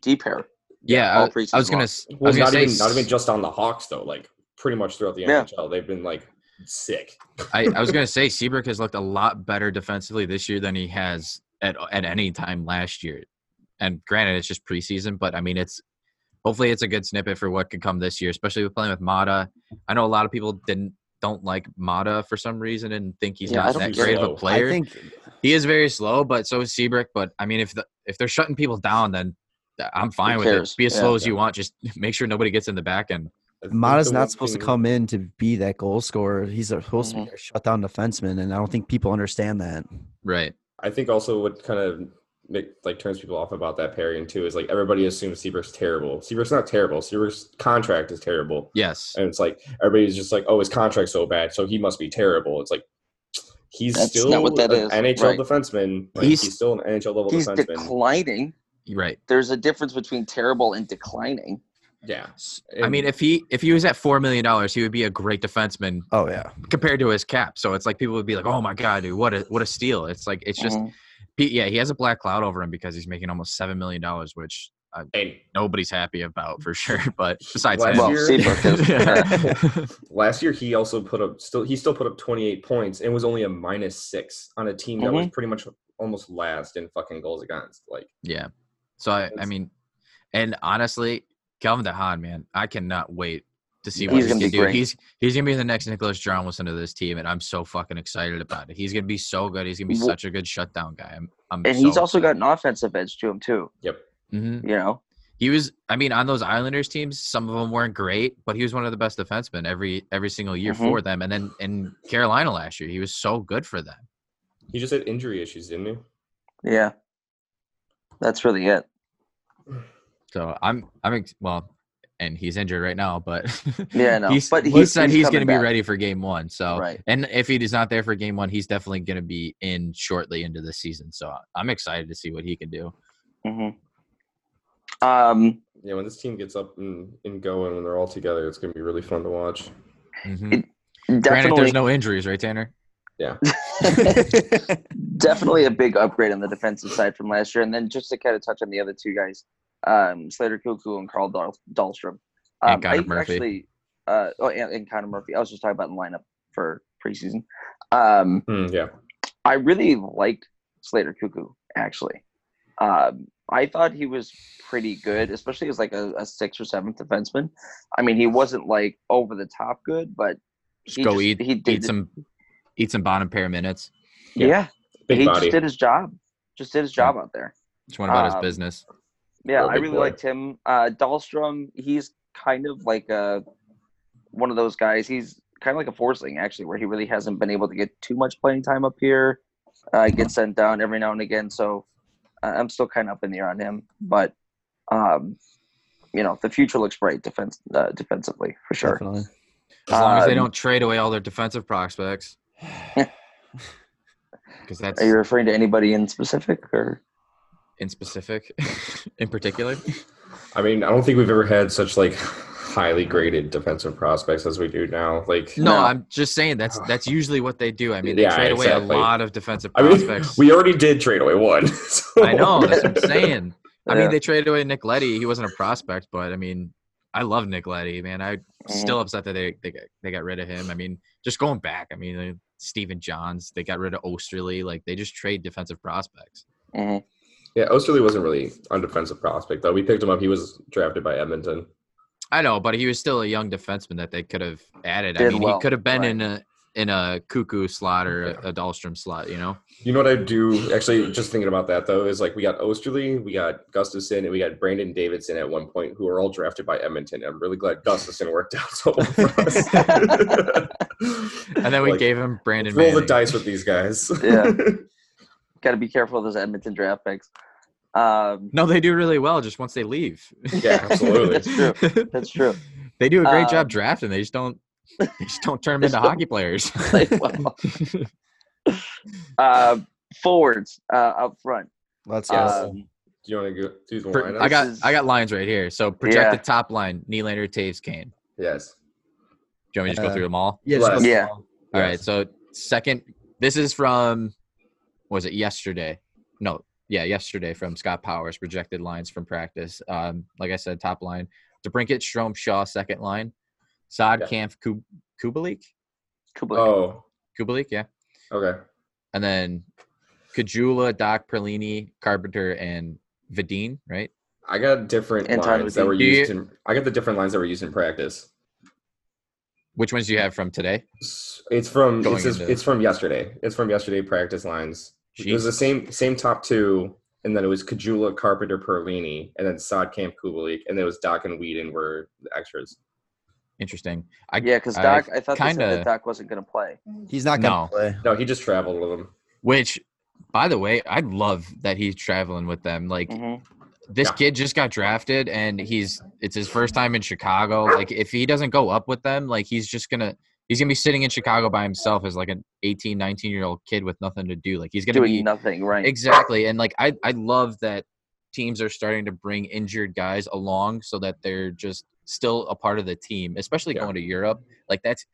D pair. yeah. all I, I was preseason going long. to. I well, was going not to say. even not even just on the Hawks though. Like pretty much throughout the Yeah. NHL, they've been like sick. I, I was going to say Seabrook has looked a lot better defensively this year than he has at at any time last year. And granted, it's just preseason, but I mean, it's hopefully it's a good snippet for what could come this year, especially with playing with Mata. I know a lot of people didn't don't like Mata for some reason and think he's Yeah, I not don't that get great of slow. a I player. I think he is very slow, but so is Seabrook. But I mean, if the, if they're shutting people down, then I'm fine with cares? it. Be as Yeah. slow as you want. Just make sure nobody gets in the back end. I think Mata's the not one supposed to thing- come in to be that goal scorer. He's supposed Mm-hmm. to be a shutdown defenseman, and I don't think people understand that. Right. I think also what kind of make, like turns people off about that pairing too is like everybody assumes Seabrook's terrible. Seabrook's not terrible. Seabrook's contract is terrible, Yes. and it's like everybody's just like, oh, his contract's so bad, so he must be terrible. It's like he's That's still not what that an is, NHL right. defenseman. Like, He's- he's, still an NHL level He's defenseman. declining. Right. There's a difference between terrible and declining. yeah, S- I And- mean, if he if he was at four million dollars, he would be a great defenseman Oh yeah, compared to his cap. So it's like people would be like, "Oh my god, dude, what a what a steal!" It's like it's just Mhm. he, yeah, he has a black cloud over him because he's making almost seven million dollars, which and nobody's happy about for sure. But besides Last well, him, year- Seabrook is. last year he also put up still he still put up 28 points and was only a minus six on a team that Mm-hmm. was pretty much almost last in fucking goals against. Like Yeah. So I, I That's- mean, and honestly, Calvin DeHaan, man, I cannot wait to see Yeah. what He's he's gonna gonna, be do. great. He's he's gonna be the next Nicholas John Wilson of this team, and I'm so fucking excited about it. He's gonna be so good. He's gonna be Wh- such a good shutdown guy. I'm, I'm and he's also got an offensive edge to him too. hmm You know, He was, I mean, on those Islanders teams, some of them weren't great, but he was one of the best defensemen every every single year Mhm. for them. And then in Carolina last year, he was so good for them. he just had injury issues, didn't he? yeah, that's really it. So I'm, I'm, ex- well, and he's injured right now, but Yeah, I know. he's, But he he's- said he's he's, coming going to be back. ready for game one. So, Right. and if he is not there for game one, he's definitely going to be in shortly into the season. So I'm excited to see what he can do. hmm Um, Yeah, when this team gets up and, and going, when they're all together, it's gonna be really fun to watch. Mhm. Granted, definitely, there's no injuries, right, Tanner? definitely a big upgrade on the defensive side from last year. And then just to kind of touch on the other two guys, um, Slater Cuckoo and Carl Dahl- Dahlstrom. And Um, Connor I Murphy. actually, uh, oh, and, and Connor Murphy. I was just talking about the lineup for preseason. Um, Hmm, yeah. I really liked Slater Cuckoo actually. Um, I thought he was pretty good, especially as like a, a sixth or seventh defenseman. I mean, he wasn't like over the top good, but Just He go just- eat, he did eat the- some, eat some bottom pair minutes. Yeah, yeah, Big he body. just did his job. Just did his job out there. Just went Um, about his business. Yeah, Real I big really boy. liked him. Uh, Dahlstrom, he's kind of like a one of those guys. He's kind of like a forcing actually, where he really hasn't been able to get too much playing time up here. Uh, gets sent down every now and again, so uh, I'm still kind of up in the air on him. But um, you know, the future looks bright defense uh, defensively for sure. Definitely. As long as they um, don't trade away all their defensive prospects. Because that's Are you referring to anybody in specific, or in specific, in particular. I mean, I don't think we've ever had such like highly graded defensive prospects as we do now. Like, No, No. I'm just saying that's that's usually what they do. I mean, they Yeah, trade away exactly. a lot of defensive I mean, prospects. we already did trade away one. so- I know that's what I'm saying. I Yeah. mean, they traded away Nick Letty. He wasn't a prospect, but I mean, I love Nick Letty, man. Mm. I'm still upset that they they got, they got rid of him. I mean, just going back, I mean, uh, Steven Johns, they got rid of Osterley. Like, they just trade defensive prospects. Mhm. Yeah, Osterley wasn't really a defensive prospect though. We picked him up. He was drafted by Edmonton. I know, but he was still a young defenseman that they could have added. I Did mean, well, he could have been right. in a in a cuckoo slot or a, a Dahlstrom slot, you know? You know what I do? Actually, just thinking about that though is like we got Osterley, we got Gustafson, and we got Brandon Davidson at one point, who were all drafted by Edmonton. I'm really glad Gustafson worked out so well for us. And then we Like, gave him Brandon. roll the Manning. dice with these guys. Yeah. Got to be careful of those Edmonton draft picks. Um, No, they do really well just once they leave. yeah, absolutely. That's true. That's true. They do a great Um, job drafting. They just don't. They just don't turn them they into still- hockey players. Like, well, uh, forwards uh, up front. Let's Yes. go. Um, Do you want to go do the For- lineup? I got This is- I got lines right here. So projected top line: Nylander, Taves, Kane. yes. Do you want me to just go Uh, through them all? Yeah, just go Bless. through Yeah. them all. All right. So second, this is from what was it yesterday? No, yeah, yesterday from Scott Powers. Projected lines from practice. Um, like I said, top line: DeBrinket, Strom, Shaw, second line. Sod, Yeah. Kampf, Kub- Kubalik, Kublik. Oh, Kubalik, yeah, okay. and then Kajula, Doc, Perlini, Carpenter, and Vadine. Right. I got different Anton lines that Levine. were Do you- used in. I got the different lines that were used in practice. Which ones do you have from today? S- It's from Going it's, just- into- it's from yesterday. It's from yesterday practice lines. It was the Jesus. same same top two, and then it was Kajula, Carpenter, Perlini, and then Sodkamp, Kubalik, and then it was Doc and Whedon were the extras. Interesting. I yeah, because I Doc, I, thought they said kinda- that Doc wasn't going to play. He's not gonna No. play. No, he just traveled with them. Which, by the way, I love that he's traveling with them. Like Mhm. this Yeah. kid just got drafted, and he's it's his first time in Chicago. Like if he doesn't go up with them, like he's just gonna he's gonna be sitting in Chicago by himself as like an 18, 19 year old kid with nothing to do. Like he's gonna Doing be nothing, right? exactly. And like I I love that teams are starting to bring injured guys along so that they're just still a part of the team, especially Yeah. going to Europe. Like that's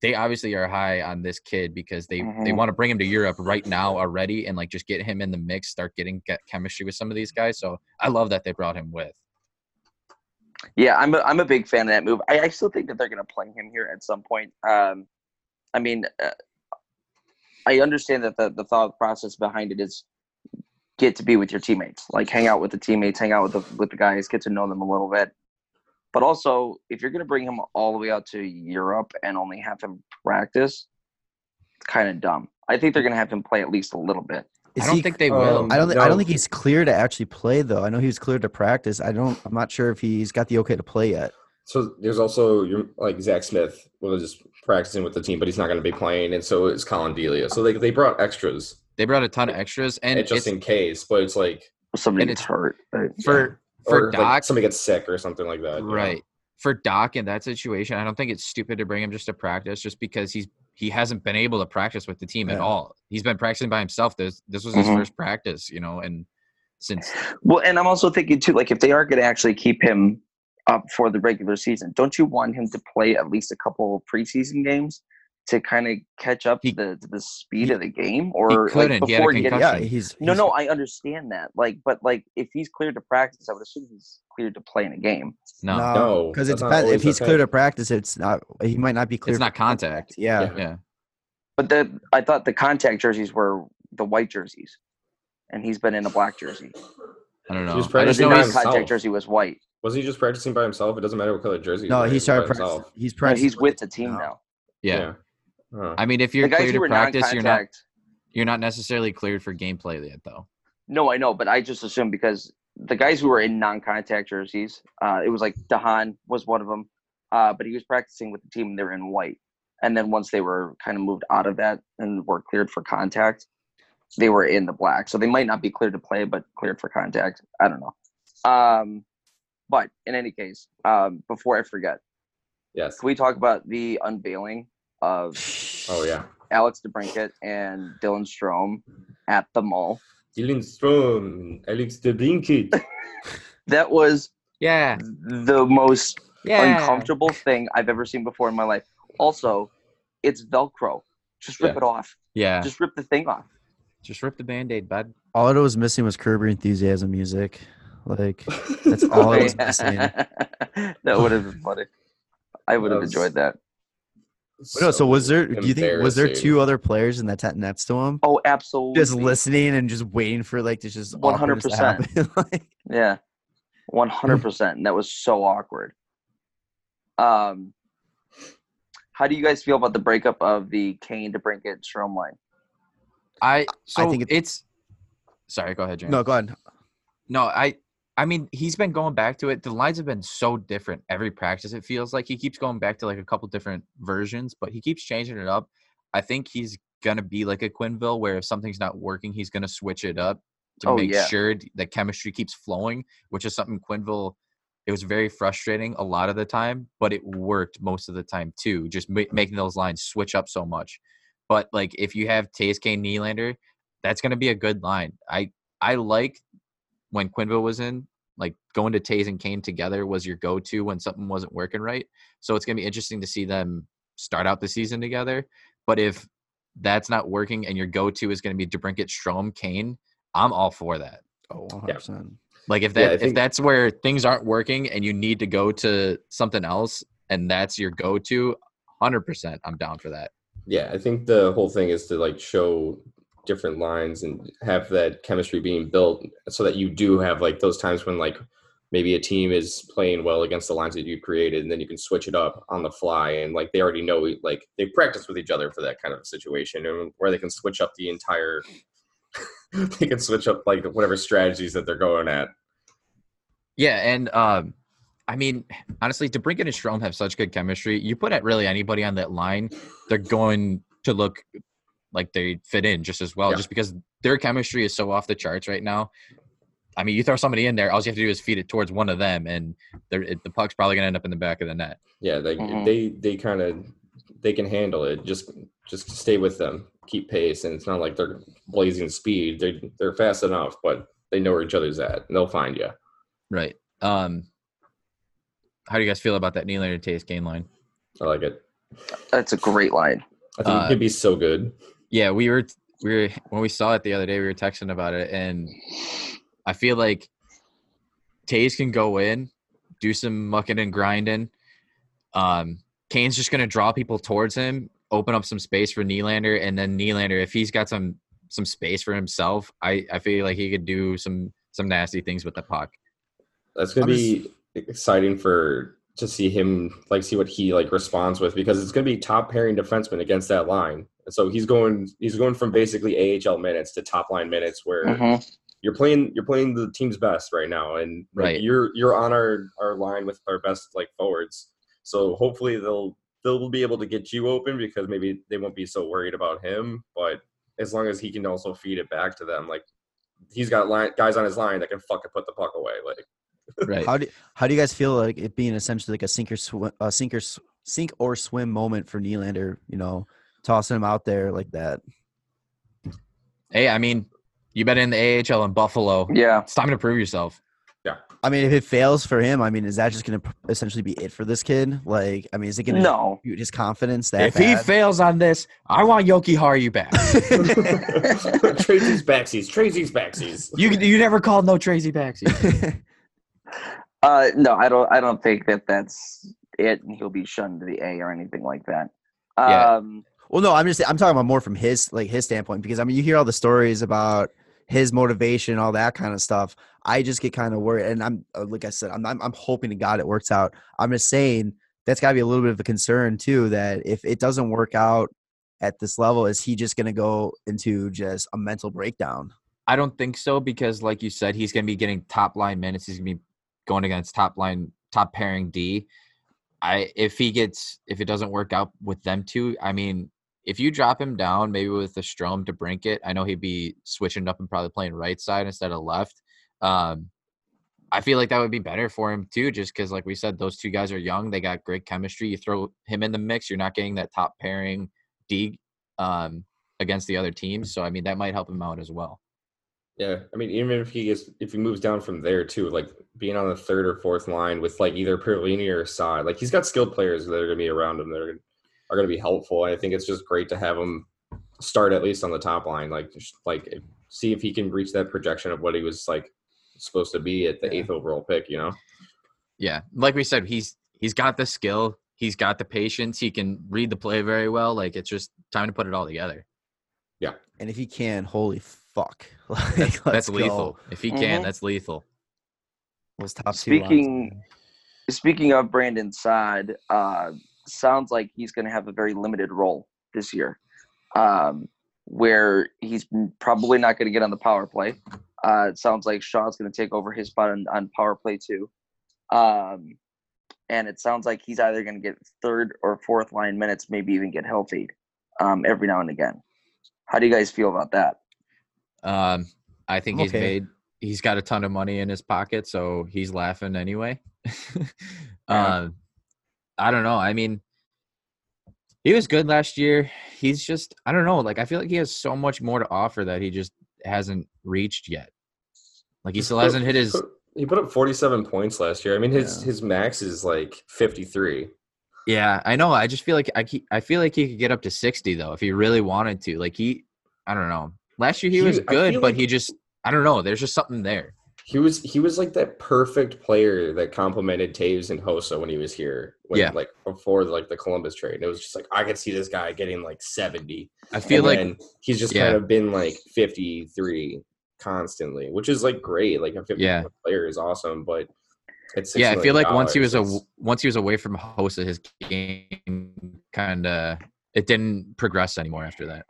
they obviously are high on this kid because they they Mm-hmm. Mhm. want to bring him to Europe right now already and like just get him in the mix, start getting get chemistry with some of these guys. So I love that they brought him with. yeah, I'm a, I'm a big fan of that move. I, I still think that they're going to play him here at some point. Um, I mean, uh, I understand that the, the thought process behind it is get to be with your teammates, like hang out with the teammates, hang out with the with the guys, get to know them a little bit. But also, if you're going to bring him all the way out to Europe and only have him practice, kind of dumb. I think they're going to have him play at least a little bit. Is I don't he- think they um, will. I don't. thi- I No. don't think he's clear to actually play though. I know he was clear to practice. I don't. I'm not sure if he's got the okay to play yet. So there's also your like Zach Smith was just practicing with the team, but he's not going to be playing, and so is Colin Delia. So they they brought extras they brought a ton of extras and and just it's in case, but it's like Somebody And gets it's- hurt. right? for or for like, Doc somebody gets sick or something like that. you know? Right. For Doc in that situation, I don't think it's stupid to bring him just to practice just because he's he hasn't been able to practice with the team at Yeah. all. He's been practicing by himself. This this was his Mhm. first practice, you know, and since Well, and I'm also thinking too, like if they are going to actually keep him up for the regular season, don't you want him to play at least a couple preseason games to kind of catch up He- to the to the speed of the game, or like couldn't. He had a before he had concussion. Yeah, he's, no, he's- no, I understand that. Like, but like, if he's cleared to practice, I would assume he's cleared to play in a game. No, No, because that's it's not depends. always If he's okay. clear to practice, it's not. He might not be clear. it's not contact. Yeah. Yeah. Yeah. But the I thought the contact jerseys were the white jerseys, and he's been in a black jersey. I don't know. was I probably just The being know non honest. he's, contact himself. jersey was white, Wasn't he just practicing by himself? It doesn't matter what color jersey. No, wearing, he started by practicing. himself. He's but practicing. he's with the team No. now. yeah. Yeah. Huh. I mean, if The you're guys cleared who to were practice, you're not non-contact. you're not necessarily cleared for gameplay yet, though. No, I know, but I just assumed because the guys who were in non-contact jerseys, uh, it was like Dahan was one of them, uh, but he was practicing with the team. and They were in white, and then once they were kind of moved out of that and were cleared for contact, they were in the black. So they might not be cleared to play, but cleared for contact. I don't know. Um, but in any case, um, before I forget, yes. can we talk about the unveiling of Oh yeah. Alex DeBrinket and Dylan Strom at the mall? Dylan Strom, Alex DeBrinket. That was Yeah. the most uncomfortable thing I've ever seen before in my life. Also, it's Velcro. Just rip Yeah. it off. Yeah. Just, Just rip the thing off. rip the band aid, bud. All it was missing was Curb Your Enthusiasm music. Like that's Oh, all it was missing. But that would have been funny. I would have That was enjoyed that. no, so was there? Do you think was there embarrassing. two other players in that tent next to him, Oh, absolutely. just listening and just waiting for like to just awkwardness to 100%. happen? like, Yeah. 100%. and that was so awkward. Um, how do you guys feel about the breakup of the Kane to Brinkett Strom line? I so think it- it's sorry, go ahead, James. no, go on. No, I I mean he's been going back to it. The lines have been so different every practice. It feels like he keeps going back to like a couple different versions, but he keeps changing it up. I think he's gonna be like a Quinville, where if something's not working, he's gonna switch it up to Oh, make yeah. sure d- the chemistry keeps flowing, which is something Quinville. It was very frustrating a lot of the time, but it worked most of the time too. Just ma- making those lines switch up so much. But like if you have K Nylander, that's gonna be a good line. I I like when Quinville was in, like going to Taze and Kane together was your go to when something wasn't working right. So it's going to be interesting to see them start out the season together. But if that's not working and your go to is going to be DeBrinket, Strom, Kane, I'm all for that. Oh, Yeah. 100%. Like if Yeah, I that if think- that's where things aren't working and you need to go to something else and that's your go to, 100% I'm down for that. Yeah, I think the whole thing is to like show different lines and have that chemistry being built so that you do have like those times when like maybe a team is playing well against the lines that you created and then you can switch it up on the fly and like they already know like they practice with each other for that kind of situation and where they can switch up the entire they can switch up like whatever strategies that they're going at. Yeah, and um, I mean, honestly, DeBrinket and Strom have such good chemistry. You put at really anybody on that line, they're going to look like they fit in just as well, Yeah. just because their chemistry is so off the charts right now. I mean, you throw somebody in there, all you have to do is feed it towards one of them, and they're- it, the puck's probably going to end up in the back of the net. Yeah, like Mhm. they they kind of they can handle it. Just just stay with them, keep pace, and it's not like they're blazing speed. They they're fast enough, but they know where each other's at, and they'll find you. Right. Um, how do you guys feel about that Nylander Taste game line? I like it. That's a great line. I think Uh, it could be so good. Yeah, we were we were when we saw it the other day, we were texting about it, and I feel like Tays can go in, do some mucking and grinding. Um, Kane's just gonna draw people towards him, open up some space for Nylander, and then Nylander, if he's got some some space for himself, I I feel like he could do some some nasty things with the puck. That's gonna I'm be exciting for to see him like see what he like responds with because it's gonna be top pairing defenseman against that line. So he's going he's going from basically AHL minutes to top line minutes where Mhm. you're playing you're playing the team's best right now and like, Right. you're you're on our our line with our best like forwards so hopefully they'll they'll be able to get you open because maybe they won't be so worried about him but as long as he can also feed it back to them like he's got line, guys on his line that can fucking put the puck away like Right. How do how do you guys feel like it being essentially like a sink or sw- a sink or sw- sink or swim moment for Nylander? You know, tossing him out there like that. hey, I mean, you bet in the AHL in Buffalo. Yeah. It's time to prove yourself. I mean, if it fails for him, I mean, is that just going to essentially be it for this kid? Like, I mean, is it going to No. shoot his confidence that If he fails on this, I want Yoki Haru back. Tracy's backsies. Tracy's backsies. you you never called no Tracy Baxi. bad? Uh, no, I don't. I don't think that that's it, and he'll be shunned to the A or anything like that. Yeah. Um, well, no, I'm just I'm talking about more from his like his standpoint because I mean, you hear all the stories about his motivation, all that kind of stuff. I just get kind of worried, and I'm uh, like I said, I'm I'm, I'm hoping to God it works out. I'm just saying that's got to be a little bit of a concern too that if it doesn't work out at this level, is he just going to go into just a mental breakdown? I don't think so because, like you said, he's going to be getting top line minutes. He's going to be going against top line, top pairing D. I if he gets if it doesn't work out with them two, I mean, if you drop him down, maybe with the Strom to brink it, I know he'd be switching up and probably playing right side instead of left. Um, I feel like that would be better for him too, just because, like we said, those two guys are young. They got great chemistry. You throw him in the mix, you're not getting that top pairing D um, against the other teams. So I mean, that might help him out as well. Yeah, I mean, even if he gets if he moves down from there too, like being on the third or fourth line with like either Perlini or Assad, like he's got skilled players that are going to be around him that are, are going to be helpful. I think it's just great to have him start at least on the top line, like just, like see if he can reach that projection of what he was like supposed to be at the eighth overall pick. You know, Yeah, like we said, he's he's got the skill, he's got the patience, he can read the play very well. Like it's just time to put it all together. And if he can, holy fuck, like, let's That's go. lethal. If he can, Mhm. that's lethal. Those top two lines, Speaking- man. speaking of Brandon Saad, uh, sounds like he's going to have a very limited role this year, um, where he's m- probably not going to get on the power play. Uh, it sounds like Shaw's going to take over his spot on, on power play too, um, and it sounds like he's either going to get third or fourth line minutes, maybe even get healthy um, every now and again. How do you guys feel about that? Um, I think I'm he's okay. made. He's got a ton of money in his pocket, so he's laughing anyway. um, I don't know. I mean, he was good last year. He's just, I don't know. Like I feel like he has so much more to offer that he just hasn't reached yet. Like he still hasn't hit his he put up forty seven points last year. I mean, his his max is like fifty three. Yeah, I know. I just feel like I keep, I feel like he could get up to 60 though if he really wanted to. Like he I don't know. Last year he, He- was I good, feel but like- he just I don't know. There's just something there. He was he was like that perfect player that complemented Taves and Hosa when he was here. When, Yeah. Like before like the Columbus trade. And it was just like I could see this guy getting like seventy. I feel and like then he's just yeah. kind of been like fifty three constantly, which is like great. Like a fifty Yeah. player is awesome, but it's yeah, I feel like once he was a once he was away from Hosa, his game kind of it didn't progress anymore after that.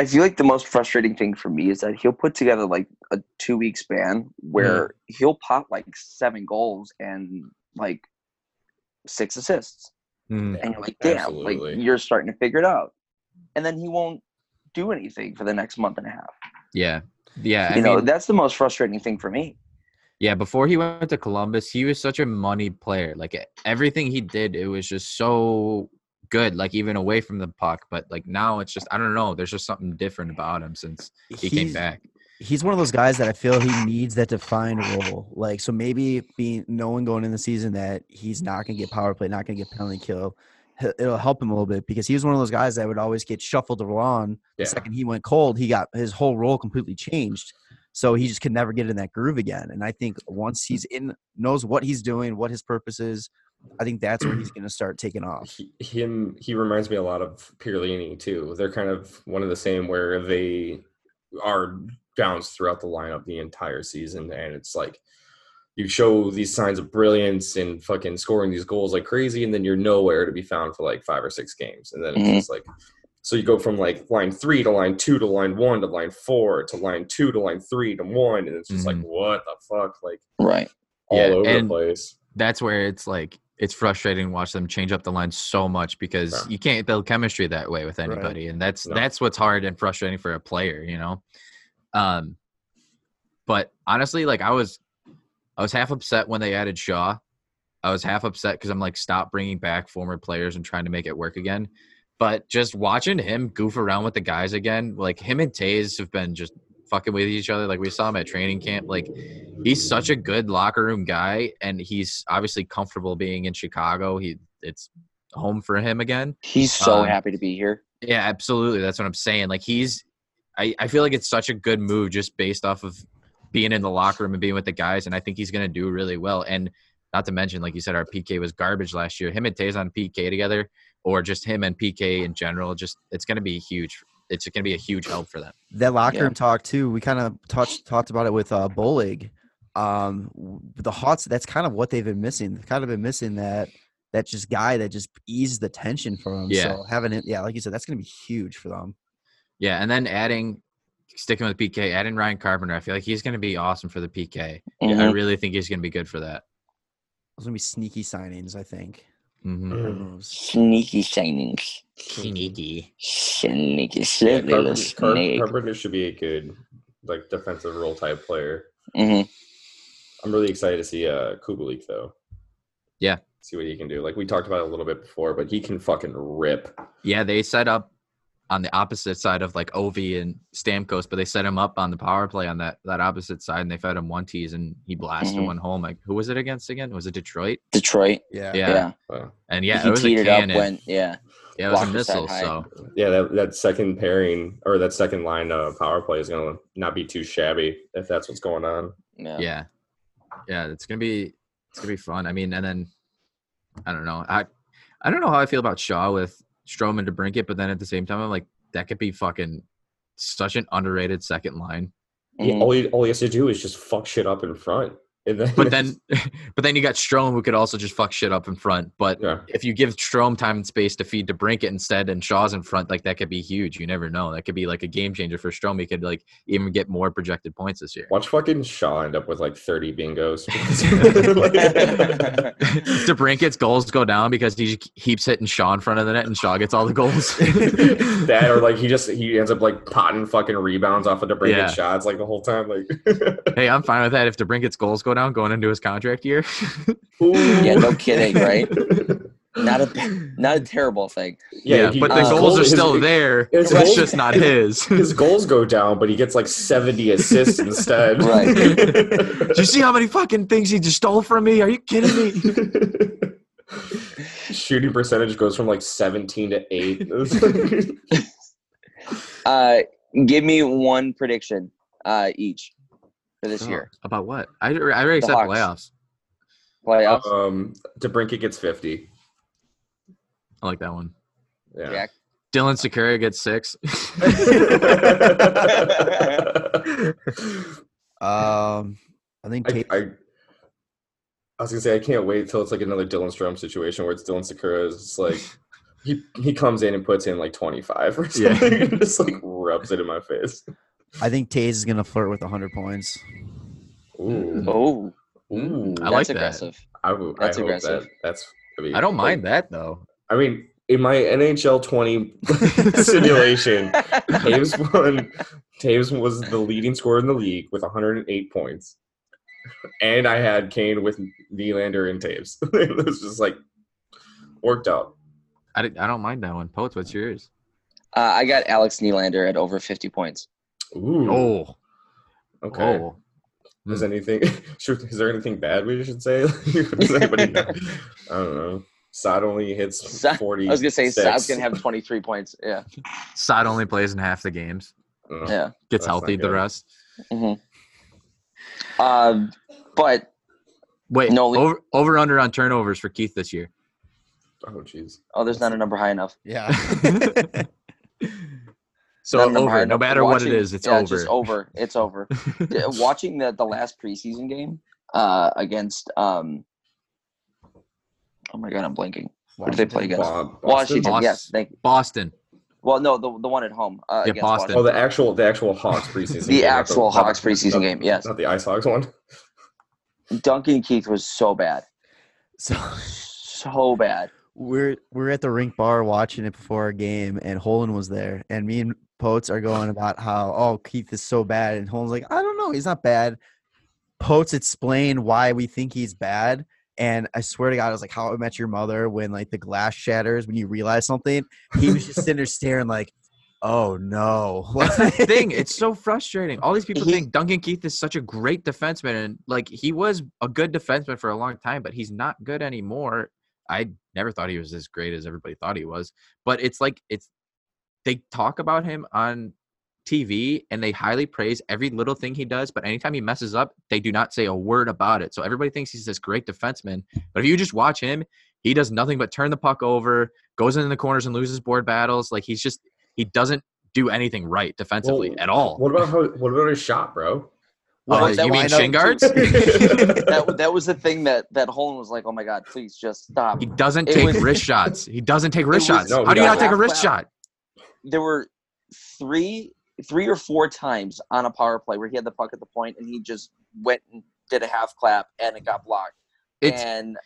I feel like the most frustrating thing for me is that he'll put together like a two week span where he'll pop like seven goals and like six assists. Hmm. and you're like, damn, like absolutely. you're starting to figure it out. And then he won't do anything for the next month and a half. Yeah. Yeah, I you know, mean, that's the most frustrating thing for me. yeah, before he went to Columbus, he was such a money player. Like e- everything he did, it was just so good, like even away from the puck. But like now it's just I don't know. There's just something different about him since he came He's- back. he's one of those guys that I feel he needs that defined role. Like, so maybe being knowing going in the season that he's not going to get power play, not going to get penalty kill, he- it'll help him a little bit because he was one of those guys that would always get shuffled around. Yeah. The second he went cold, he got his whole role completely changed. So he just could never get in that groove again. And I think once he's in, knows what he's doing, what his purpose is, I think that's where he's going to start taking off. he, him he reminds me a lot of Pirlini too. They're kind of one of the same where they are bounced throughout the lineup the entire season and it's like you show these signs of brilliance and fucking scoring these goals like crazy and then you're nowhere to be found for like five or six games and then it's Mm-hmm. Mhm. just like so you go from like line three to line two to line one to line four to line two to line three to one and it's just Mhm. like what the fuck like Right. all Yeah, over and- the place That's where it's like it's frustrating to watch them change up the line so much because Yeah. you can't build chemistry that way with Right. anybody. And that's No. that's what's hard and frustrating for a player, you know? Um but honestly, like I was I was half upset when they added Shaw. I was half upset because I'm like, stop bringing back former players and trying to make it work again. But just watching him goof around with the guys again, like him and Taze have been just fucking with each other. Like we saw him at training camp. Like he's such a good locker room guy, and he's obviously comfortable being in Chicago. He it's home for him again. He's so Um, happy to be here. Yeah, absolutely. That's what I'm saying. Like he's, I, I feel like it's such a good move just based off of being in the locker room and being with the guys, and I think he's gonna do really well. And not to mention, like you said, our PK was garbage last year. Him and Tazon PK together, or just him and PK in general, just it's gonna be huge. It's gonna be a huge help for them. that locker Yeah. room talk too. We kind of touched talked about it with uh, Bolig. Um, w- the Hawks. That's kind of what they've been missing. They've kind of been missing that that just guy that just eased the tension for them. Yeah. So having it, yeah, like you said, that's going to be huge for them. Yeah, and then adding, sticking with PK, adding Ryan Carpenter. I feel like he's gonna be awesome for the PK. I Mhm. really think he's gonna be good for that. Those going to be sneaky signings, I think. Mm-hmm. for Mm. moves. Sneaky signings. Sneaky, Yeah, sneaky little Carpenter, Car- snake. Carpenter should be a good like defensive role type player. Mhm. I'm really excited to see uh Kubelik though. Yeah. See what he can do. Like we talked about it a little bit before, but he can fucking rip. Yeah, they set up on the opposite side of like Ovi and Stamkos, but they set him up on the power play on that that opposite side, and they fed him one tease, and he blasted Mhm. one home. Like, who was it against again? Was it Detroit? Detroit. Yeah. Yeah, Yeah. Wow. and yeah, he it was teed a it up cannon. when yeah. yeah, it was a blocked the side missile. high. So Yeah, that, that second pairing or that second line uh, power play is gonna not be too shabby if that's what's going on. Yeah. yeah, yeah, it's gonna be it's gonna be fun. I mean, and then I don't know. I I don't know how I feel about Shaw with Stroman to Brinkett, but then at the same time, I'm like, that could be fucking such an underrated second line. Yeah, Mm. Mhm. all he all he has to do is just fuck shit up in front. And then But then, but then you got Strom who could also just fuck shit up in front. But yeah. if you give Strom time and space to feed to Brinkett instead, and Shaw's in front, like that could be huge. You never know. That could be like a game changer for Strom. He could like even get more projected points this year. Watch fucking Shaw end up with like 30 bingos. to Brinkett's goals go down because he just keeps hitting Shaw in front of the net, and Shaw gets all the goals. that or like he just he ends up like potting fucking rebounds off of the breaking Yeah. shots like the whole time. Like hey, I'm fine with that if DeBrinket's goals go down going into his contract year. Yeah, no kidding, right? Not a not a terrible thing. Yeah, he- but the his uh, goals are his- still there. his It's goals- just not his. His goals go down, but he gets like 70 assists instead. Right. Did you see how many fucking things he just stole from me? Are you kidding me? Shooting percentage goes from like 17 to 8. Uh give me one prediction uh each for this Oh, year. About what? I, alre- I already The said Hawks. playoffs. Playoffs. Uh, um, DeBrinket gets 50. I like that one. Yeah. Jack? Dylan Sakura gets six. I, Um, I think I, Tate, I was gonna say I can't wait till it's like another Dylan Strom situation where it's Dylan Sakura's it's like he he comes in and puts in like twenty five or Yeah. something and just like rubs it in my face. I think Taze is going to flirt with 100 points. Ooh, Oh, ooh, I I, that's like that. aggressive. would- I That's hope aggressive. that that's. I, mean, I don't like, mind that though. I mean, in my NHL twenty simulation, Taves won. Taves was the leading scorer in the league with 108 points, and I had Kane with Nylander and Taves. it was just like worked out. I, di- I don't mind that one. Poets, what's yours? Uh, I got Alex Nylander at over 50 points. Ooh. Oh, okay. oh. Is anything? Should, is there anything bad we should say? Does anybody know? I don't know. Sod only hits Sod- 40. I was gonna say Scott's gonna have 23 points. Yeah, Sod only plays in half the games. Oh, yeah. Gets That's not healthy the good. rest. Um, but Wait, No, we- over over under on turnovers for Keith this year. Oh jeez. oh, there's not a number high enough. Yeah. Not a so number high over, no enough. matter what it Watching- is, it's yeah, over. Just over. It's over. Yeah, Watching the the last preseason game uh, against um, oh my god, I'm blanking. What did they play against? Bob, Boston? Washington. Boston? Yes, thank. Boston. Well, no, the the one at home. Uh, Yeah, against Boston. Oh, the actual the actual Hawks preseason. The game, not actual not the- Hawks preseason not- game, yes. Not the Ice Hawks one. Duncan Keith was so bad, so so bad. we're we're at the rink bar watching it before our game, and Holland was there, and me and Potes are going about how oh Keith is so bad, and Holland's like I don't know, he's not bad. Potes explained why we think he's bad, and I swear to God, it was like how I met your mother when like the glass shatters when you realize something. He was just sitting there staring like. oh no. That's the thing. It's so frustrating. All these people He- think Duncan Keith is such a great defenseman, and like he was a good defenseman for a long time, but he's not good anymore. I never thought he was as great as everybody thought he was. But it's like it's they talk about him on TV and they highly praise every little thing he does, but anytime he messes up, they do not say a word about it. So everybody thinks he's this great defenseman. But if you just watch him, he does nothing but turn the puck over, goes in the corners and loses board battles. Like he's just he doesn't do anything right defensively Well, at all. What about how? What about his shot, bro? Uh, Well, that you was- I mean know- shin guards? that that was the thing that that Holland was like, "Oh my God, please just stop." He doesn't It take was- wrist shots. He doesn't take wrist was- shots. No, How he do you not doesn't. take a wrist Wow. shot? There were three three or four times on a power play where he had the puck at the point and he just went and did a half clap and it got blocked. It's and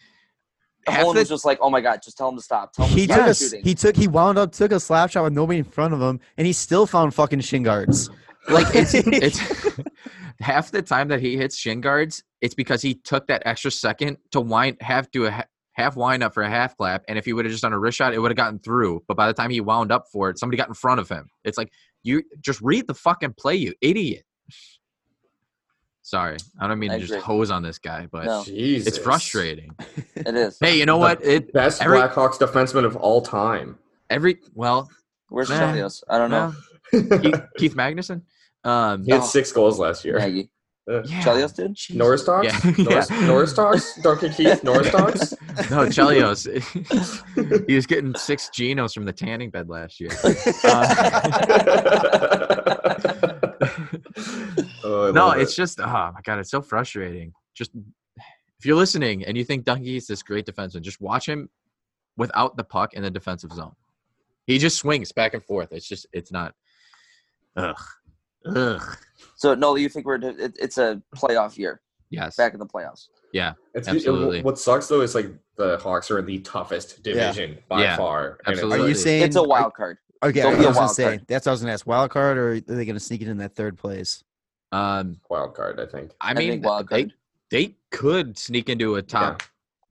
half Holland the- was just like, "Oh my God, just tell him to stop." Tell him He to took stop a s- shooting. he took he wound up took a slap shot with nobody in front of him, and he still found fucking shin guards. Like it's, it's half the time that he hits shin guards, it's because he took that extra second to wind have to a ha- half wind up for a half clap. And if he would have just done a wrist shot, it would have gotten through. But by the time he wound up for it, somebody got in front of him. It's like you just read the fucking play, you idiot. Sorry, I don't mean I to just agree. hose on this guy, but No. Jesus, it's frustrating. It is. Hey, you know The what? It Best Every- Blackhawks defenseman of all time. every well, Where's Nah. Chelios? I don't know. well, he Keith, Keith Magnuson. Um, had Oh. six goals last year. Maggie. Uh, yeah. Chelios did. Jesus. Norris Dogs? Yeah. Norris, yeah. Norris Dogs? Duncan Keith, Norris Dogs? No, Chelios. he was getting six genos from the tanning bed last year. Um, Oh, I no, love it's it. just oh my god, it's so frustrating. Just if you're listening and you think Dunkey is this great defenseman, just watch him without the puck in the defensive zone. He just swings back and forth. It's just it's not. Ugh. Ugh. So no, you think we're it, it's a playoff year Yes. back in the playoffs? It's- absolutely. what sucks though is like the Hawks are in the toughest division by Yeah, far. and it's are you absolutely. saying It's a wild card. Okay, Don't I be a was gonna wild say card. that's what I was gonna ask. Wild card, or are they gonna sneak it in that third place? Um, like wild card, I think. I I mean, think wild they card. they could sneak into a top,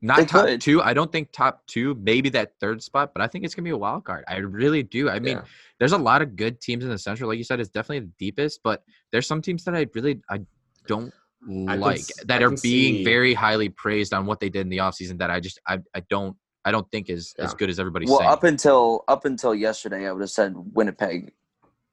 not They top could. two. I don't think top two, maybe that third spot, but I think it's gonna be a wild card. I really do. I mean, Yeah. there's a lot of good teams in the Central. Like you said, it's definitely the deepest, but there's some teams that I really I don't can like s- that I are can being see- very highly praised on what they did in the offseason that I just I, I don't I don't think is as Yeah. good as everybody's Well, saying. up until up until yesterday, I would have said Winnipeg.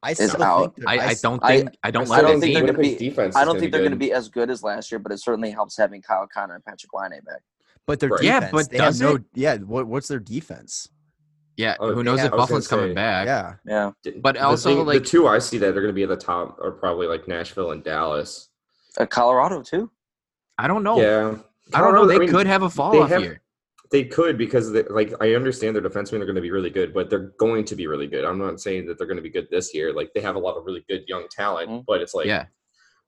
I still think out. I, I don't I- think I, don't still like don't that think team. they're gonna Winnipeg's be- defense I is don't think they're going to good. be as good as last year, but it certainly helps having Kyle Connor and Patrick Line back. But their Right. defense, Yeah, but they have does no, it- yeah. What, what's their defense? Yeah, Oh, who knows yeah, if I was gonna Bufflin's coming say, back? Yeah, Yeah, But The also, thing- like- the two I see that are going to be at the top are probably like Nashville and Dallas. uh, Colorado too. I don't know. Yeah, I don't know. They I mean, could have a fall off have- here. They could because they, like I understand their defensemen are going to be really good, but they're going to be really good. I'm not saying that they're going to be good this year. Like they have a lot of really good young talent, Mhm. but it's like Mm-hmm. yeah.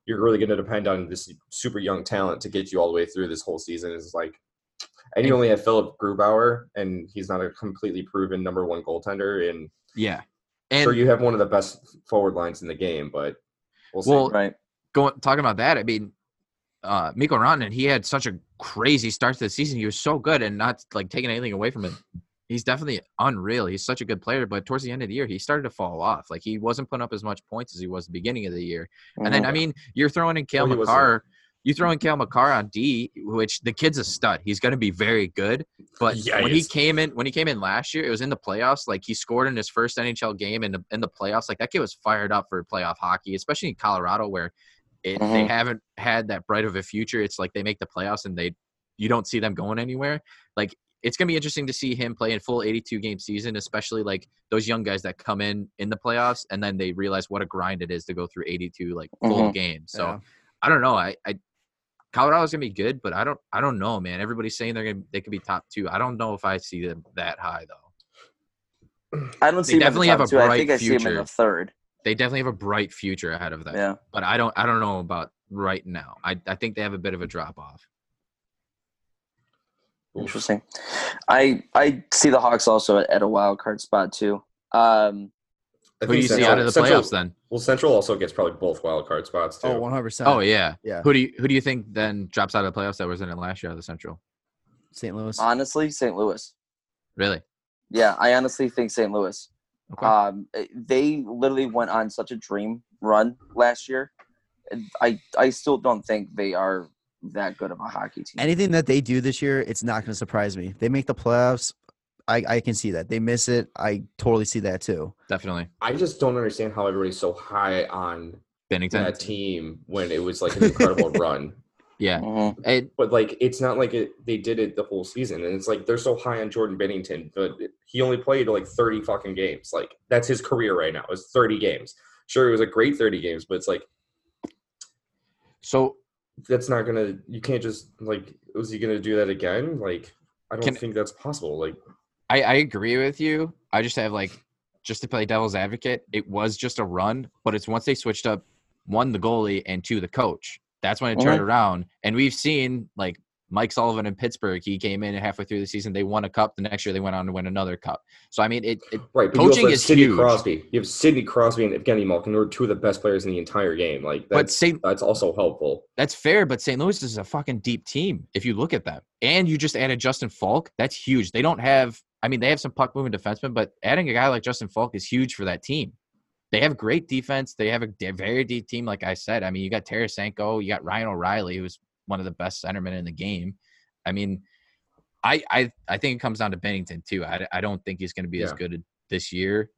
you're really going to depend on this super young talent to get you all the way through this whole season. Is like, and you only have Philip Grubauer, and he's not a completely proven number one goaltender. And, Yeah. And sure, you have one of the best forward lines in the game, but we'll, Well, see. Right. going talking about that, I mean, uh, Miko Rantanen, he had such a crazy start to the season. He was so good, and not like taking anything away from him. He's definitely unreal. He's such a good player, but towards the end of the year, he started to fall off. Like he wasn't putting up as much points as he was at the beginning of the year. And Mm-hmm. then I mean, you're throwing in Kale Uh-huh. Well, he wasn't- McCarr. You throw in Kale McCarr on D, which the kid's a stud. He's going to be very good. But Yeah, he when he is. came in, when he came in last year, it was in the playoffs. Like he scored in his first NHL game in the in the playoffs. Like that kid was fired up for playoff hockey, especially in Colorado where it, they Uh-huh. Mhm. haven't had that bright of a future. It's like they make the playoffs and they you don't see them going anywhere. Like it's going to be interesting to see him play in full 82 game season, especially like those young guys that come in in the playoffs and then they realize what a grind it is to go through 82 like full Mhm. games. So Yeah. I don't know. I, I Colorado's gonna be good, but I don't I don't know, man. Everybody's saying they're gonna they could be top two. I don't know if I see them that high though. I don't they see definitely him in have the a top two. I bright think I see him in future. the third. They definitely have a bright future ahead of them. Yeah. But I don't I don't know about right now. I, I think they have a bit of a drop off. Interesting. I I see the Hawks also at, at a wild card spot too. Um, Who do I think you see Central- out of the Central- playoffs then? Well, Central also gets probably both wild card spots too. oh, 100 percent. Oh yeah. yeah. Who do you who do you think then drops out of the playoffs that was in it last year out of the central? St. Louis. Uh, honestly, St. Louis. Really? Yeah, I honestly think St. Louis. Okay. Um, they literally went on such a dream run last year. I I still don't think they are that good of a hockey team. Anything that they do this year, it's not going to surprise me. They make the playoffs. I, I can see that. They miss it. I totally see that too. Definitely. I just don't understand how everybody's so high on Bennington. that team when it was like an incredible run. yeah. Mhm. It, But like, it's not like it, they did it the whole season, and it's like they're so high on Jordan Bennington, but he only played like thirty fucking games. Like that's his career right now is thirty games. Sure, it was a great thirty games, but it's like so that's not gonna. You can't just like. Was he gonna do that again? Like, I don't Can- think that's possible. Like, I, I agree with you. I just have like just to play devil's advocate, it was just a run, but it's once they switched up one the goalie and two the coach. That's when it Uh-huh. turned around. And we've seen like Mike Sullivan in Pittsburgh, he came in and halfway through the season, they won a cup. The next year they went on to win another cup. So I mean it, it right? But Coaching you also have is Sidney huge. Crosby. You have Sidney Crosby and Evgeny Malkin, who are two of the best players in the entire game. Like, but that's St. that's also helpful. that's fair, but St. Louis is a fucking deep team if you look at them. And you just added Justin Falk. That's huge. They don't have, I mean, they have some puck moving defensemen, but adding a guy like Justin Falk is huge for that team. They have great defense. They have a de- very deep team, like I said. I mean, you got Tarasenko, you got Ryan O'Reilly, who's one of the best centermen in the game. I mean, I I, I think it comes down to Bennington too. I, I don't think he's going to be as Yeah. good this year,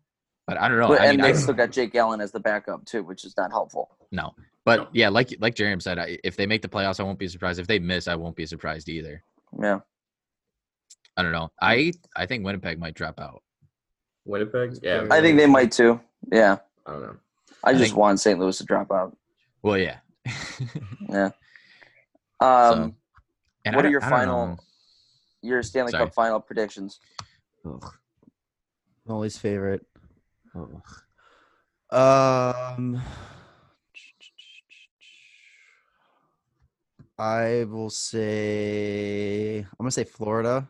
but I don't know. But- I and mean, they I, still got Jake Allen as the backup too, which is not helpful. no, but yeah, like like Jerem said, I, if they make the playoffs, I won't be surprised. If they miss, I won't be surprised either. Yeah. I don't know. I I think Winnipeg might drop out. Winnipeg. Yeah, I think they might too. Yeah. I don't know. I, I just think- want St. Louis to drop out. Well, yeah. Yeah. So, Um, and I what are don't- your I don't final- know. your Stanley Sorry. Cup final predictions. Nolly's favorite. Um, I will say I'm gonna say Florida.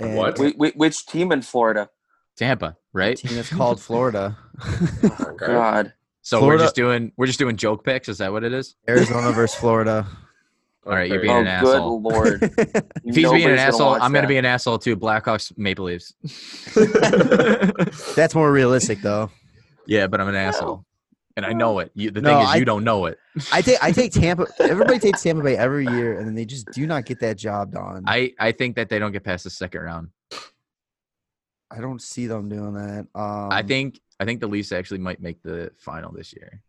And What? Wh- wh- which team in Florida? Tampa, a right? team that's called Florida. Okay. God. So Florida- we're just doing we're just doing joke picks. Is that what it is? Arizona versus Florida. All right, you're Okay. being oh, an good asshole. lord. If he's being an Nobody's asshole, watch I'm gonna that. be an asshole too. Blackhawks, Maple Leafs. That's more realistic though. yeah, but I'm an asshole, and I know it. You, the No, thing is, I- you don't know it. I take I take Tampa. Everybody takes Tampa Bay every year, and then they just do not get that job done. I, I I think that they don't get past the second round. I don't see them doing that. Um, I think I think the Leafs actually might make the final this year.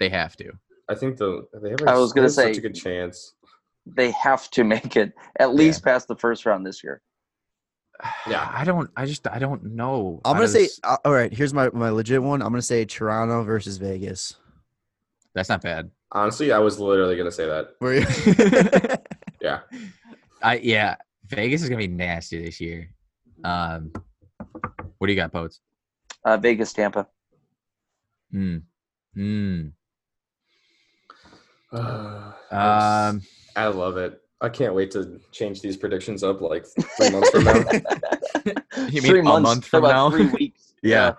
They have to. I think the they have. I was gonna they have such say- a good chance. They have to make it at least past the first round this year. Yeah. I don't. I just. I don't know. I'm how gonna say. does- uh, all right, here's my my legit one. I'm gonna say Toronto versus Vegas. that's not bad. Honestly, I was literally gonna say that. Where you- Yeah, I yeah. Vegas is gonna be nasty this year. Um, what do you got, Poets? Uh, Vegas, Tampa. Hmm. Hmm. um, Um. I love it. I can't wait to change these predictions up like three months from now. You mean Three a months month for from about now? Three weeks. Yeah.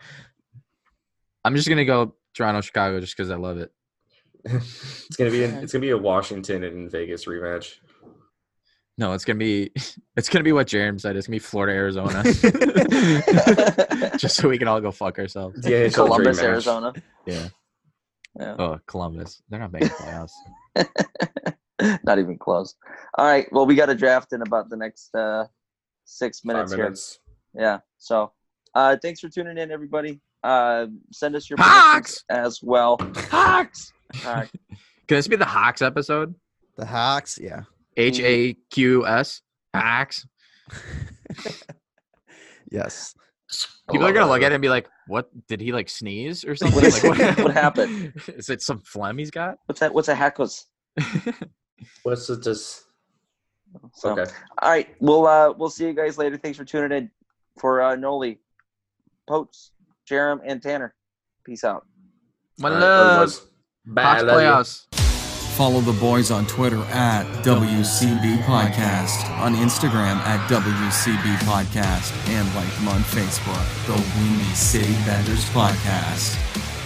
I'm just gonna go Toronto, Chicago, just because I love it. it's gonna be an, it's gonna be a Washington and Vegas rematch. No, it's gonna be. It's gonna be what Jerem said. It's gonna be Florida, Arizona. just so we can all go fuck ourselves. The NHL Columbus, dream match. Arizona. Yeah. Yeah. Oh, Columbus. They're not making playoffs. Not even close. All right. Well, we got a draft in about the next uh, six Five minutes, minutes. here. Yeah. So uh, thanks for tuning in, everybody. Uh, send us your Hawks! predictions as well. Hawks. All right. Can this be the Hawks episode? the Hawks, yeah. H A Q S. Hawks. Yes. People are love gonna that. look at it and be like, "What did he like sneeze or something? is- Like, what, what happened? Is it some phlegm he's got?" What's that? What's a hackos? What's it just? So, Okay. All right. We'll uh we'll see you guys later. Thanks for tuning in for uh Noli, Potes, Jerem, and Tanner. Peace out. My All right, love, otherwise, bye, Hawks love you. playoffs. Follow the boys on Twitter at WCB Podcast, on Instagram at WCB Podcast, and like them on Facebook, the Windy City Benders Podcast.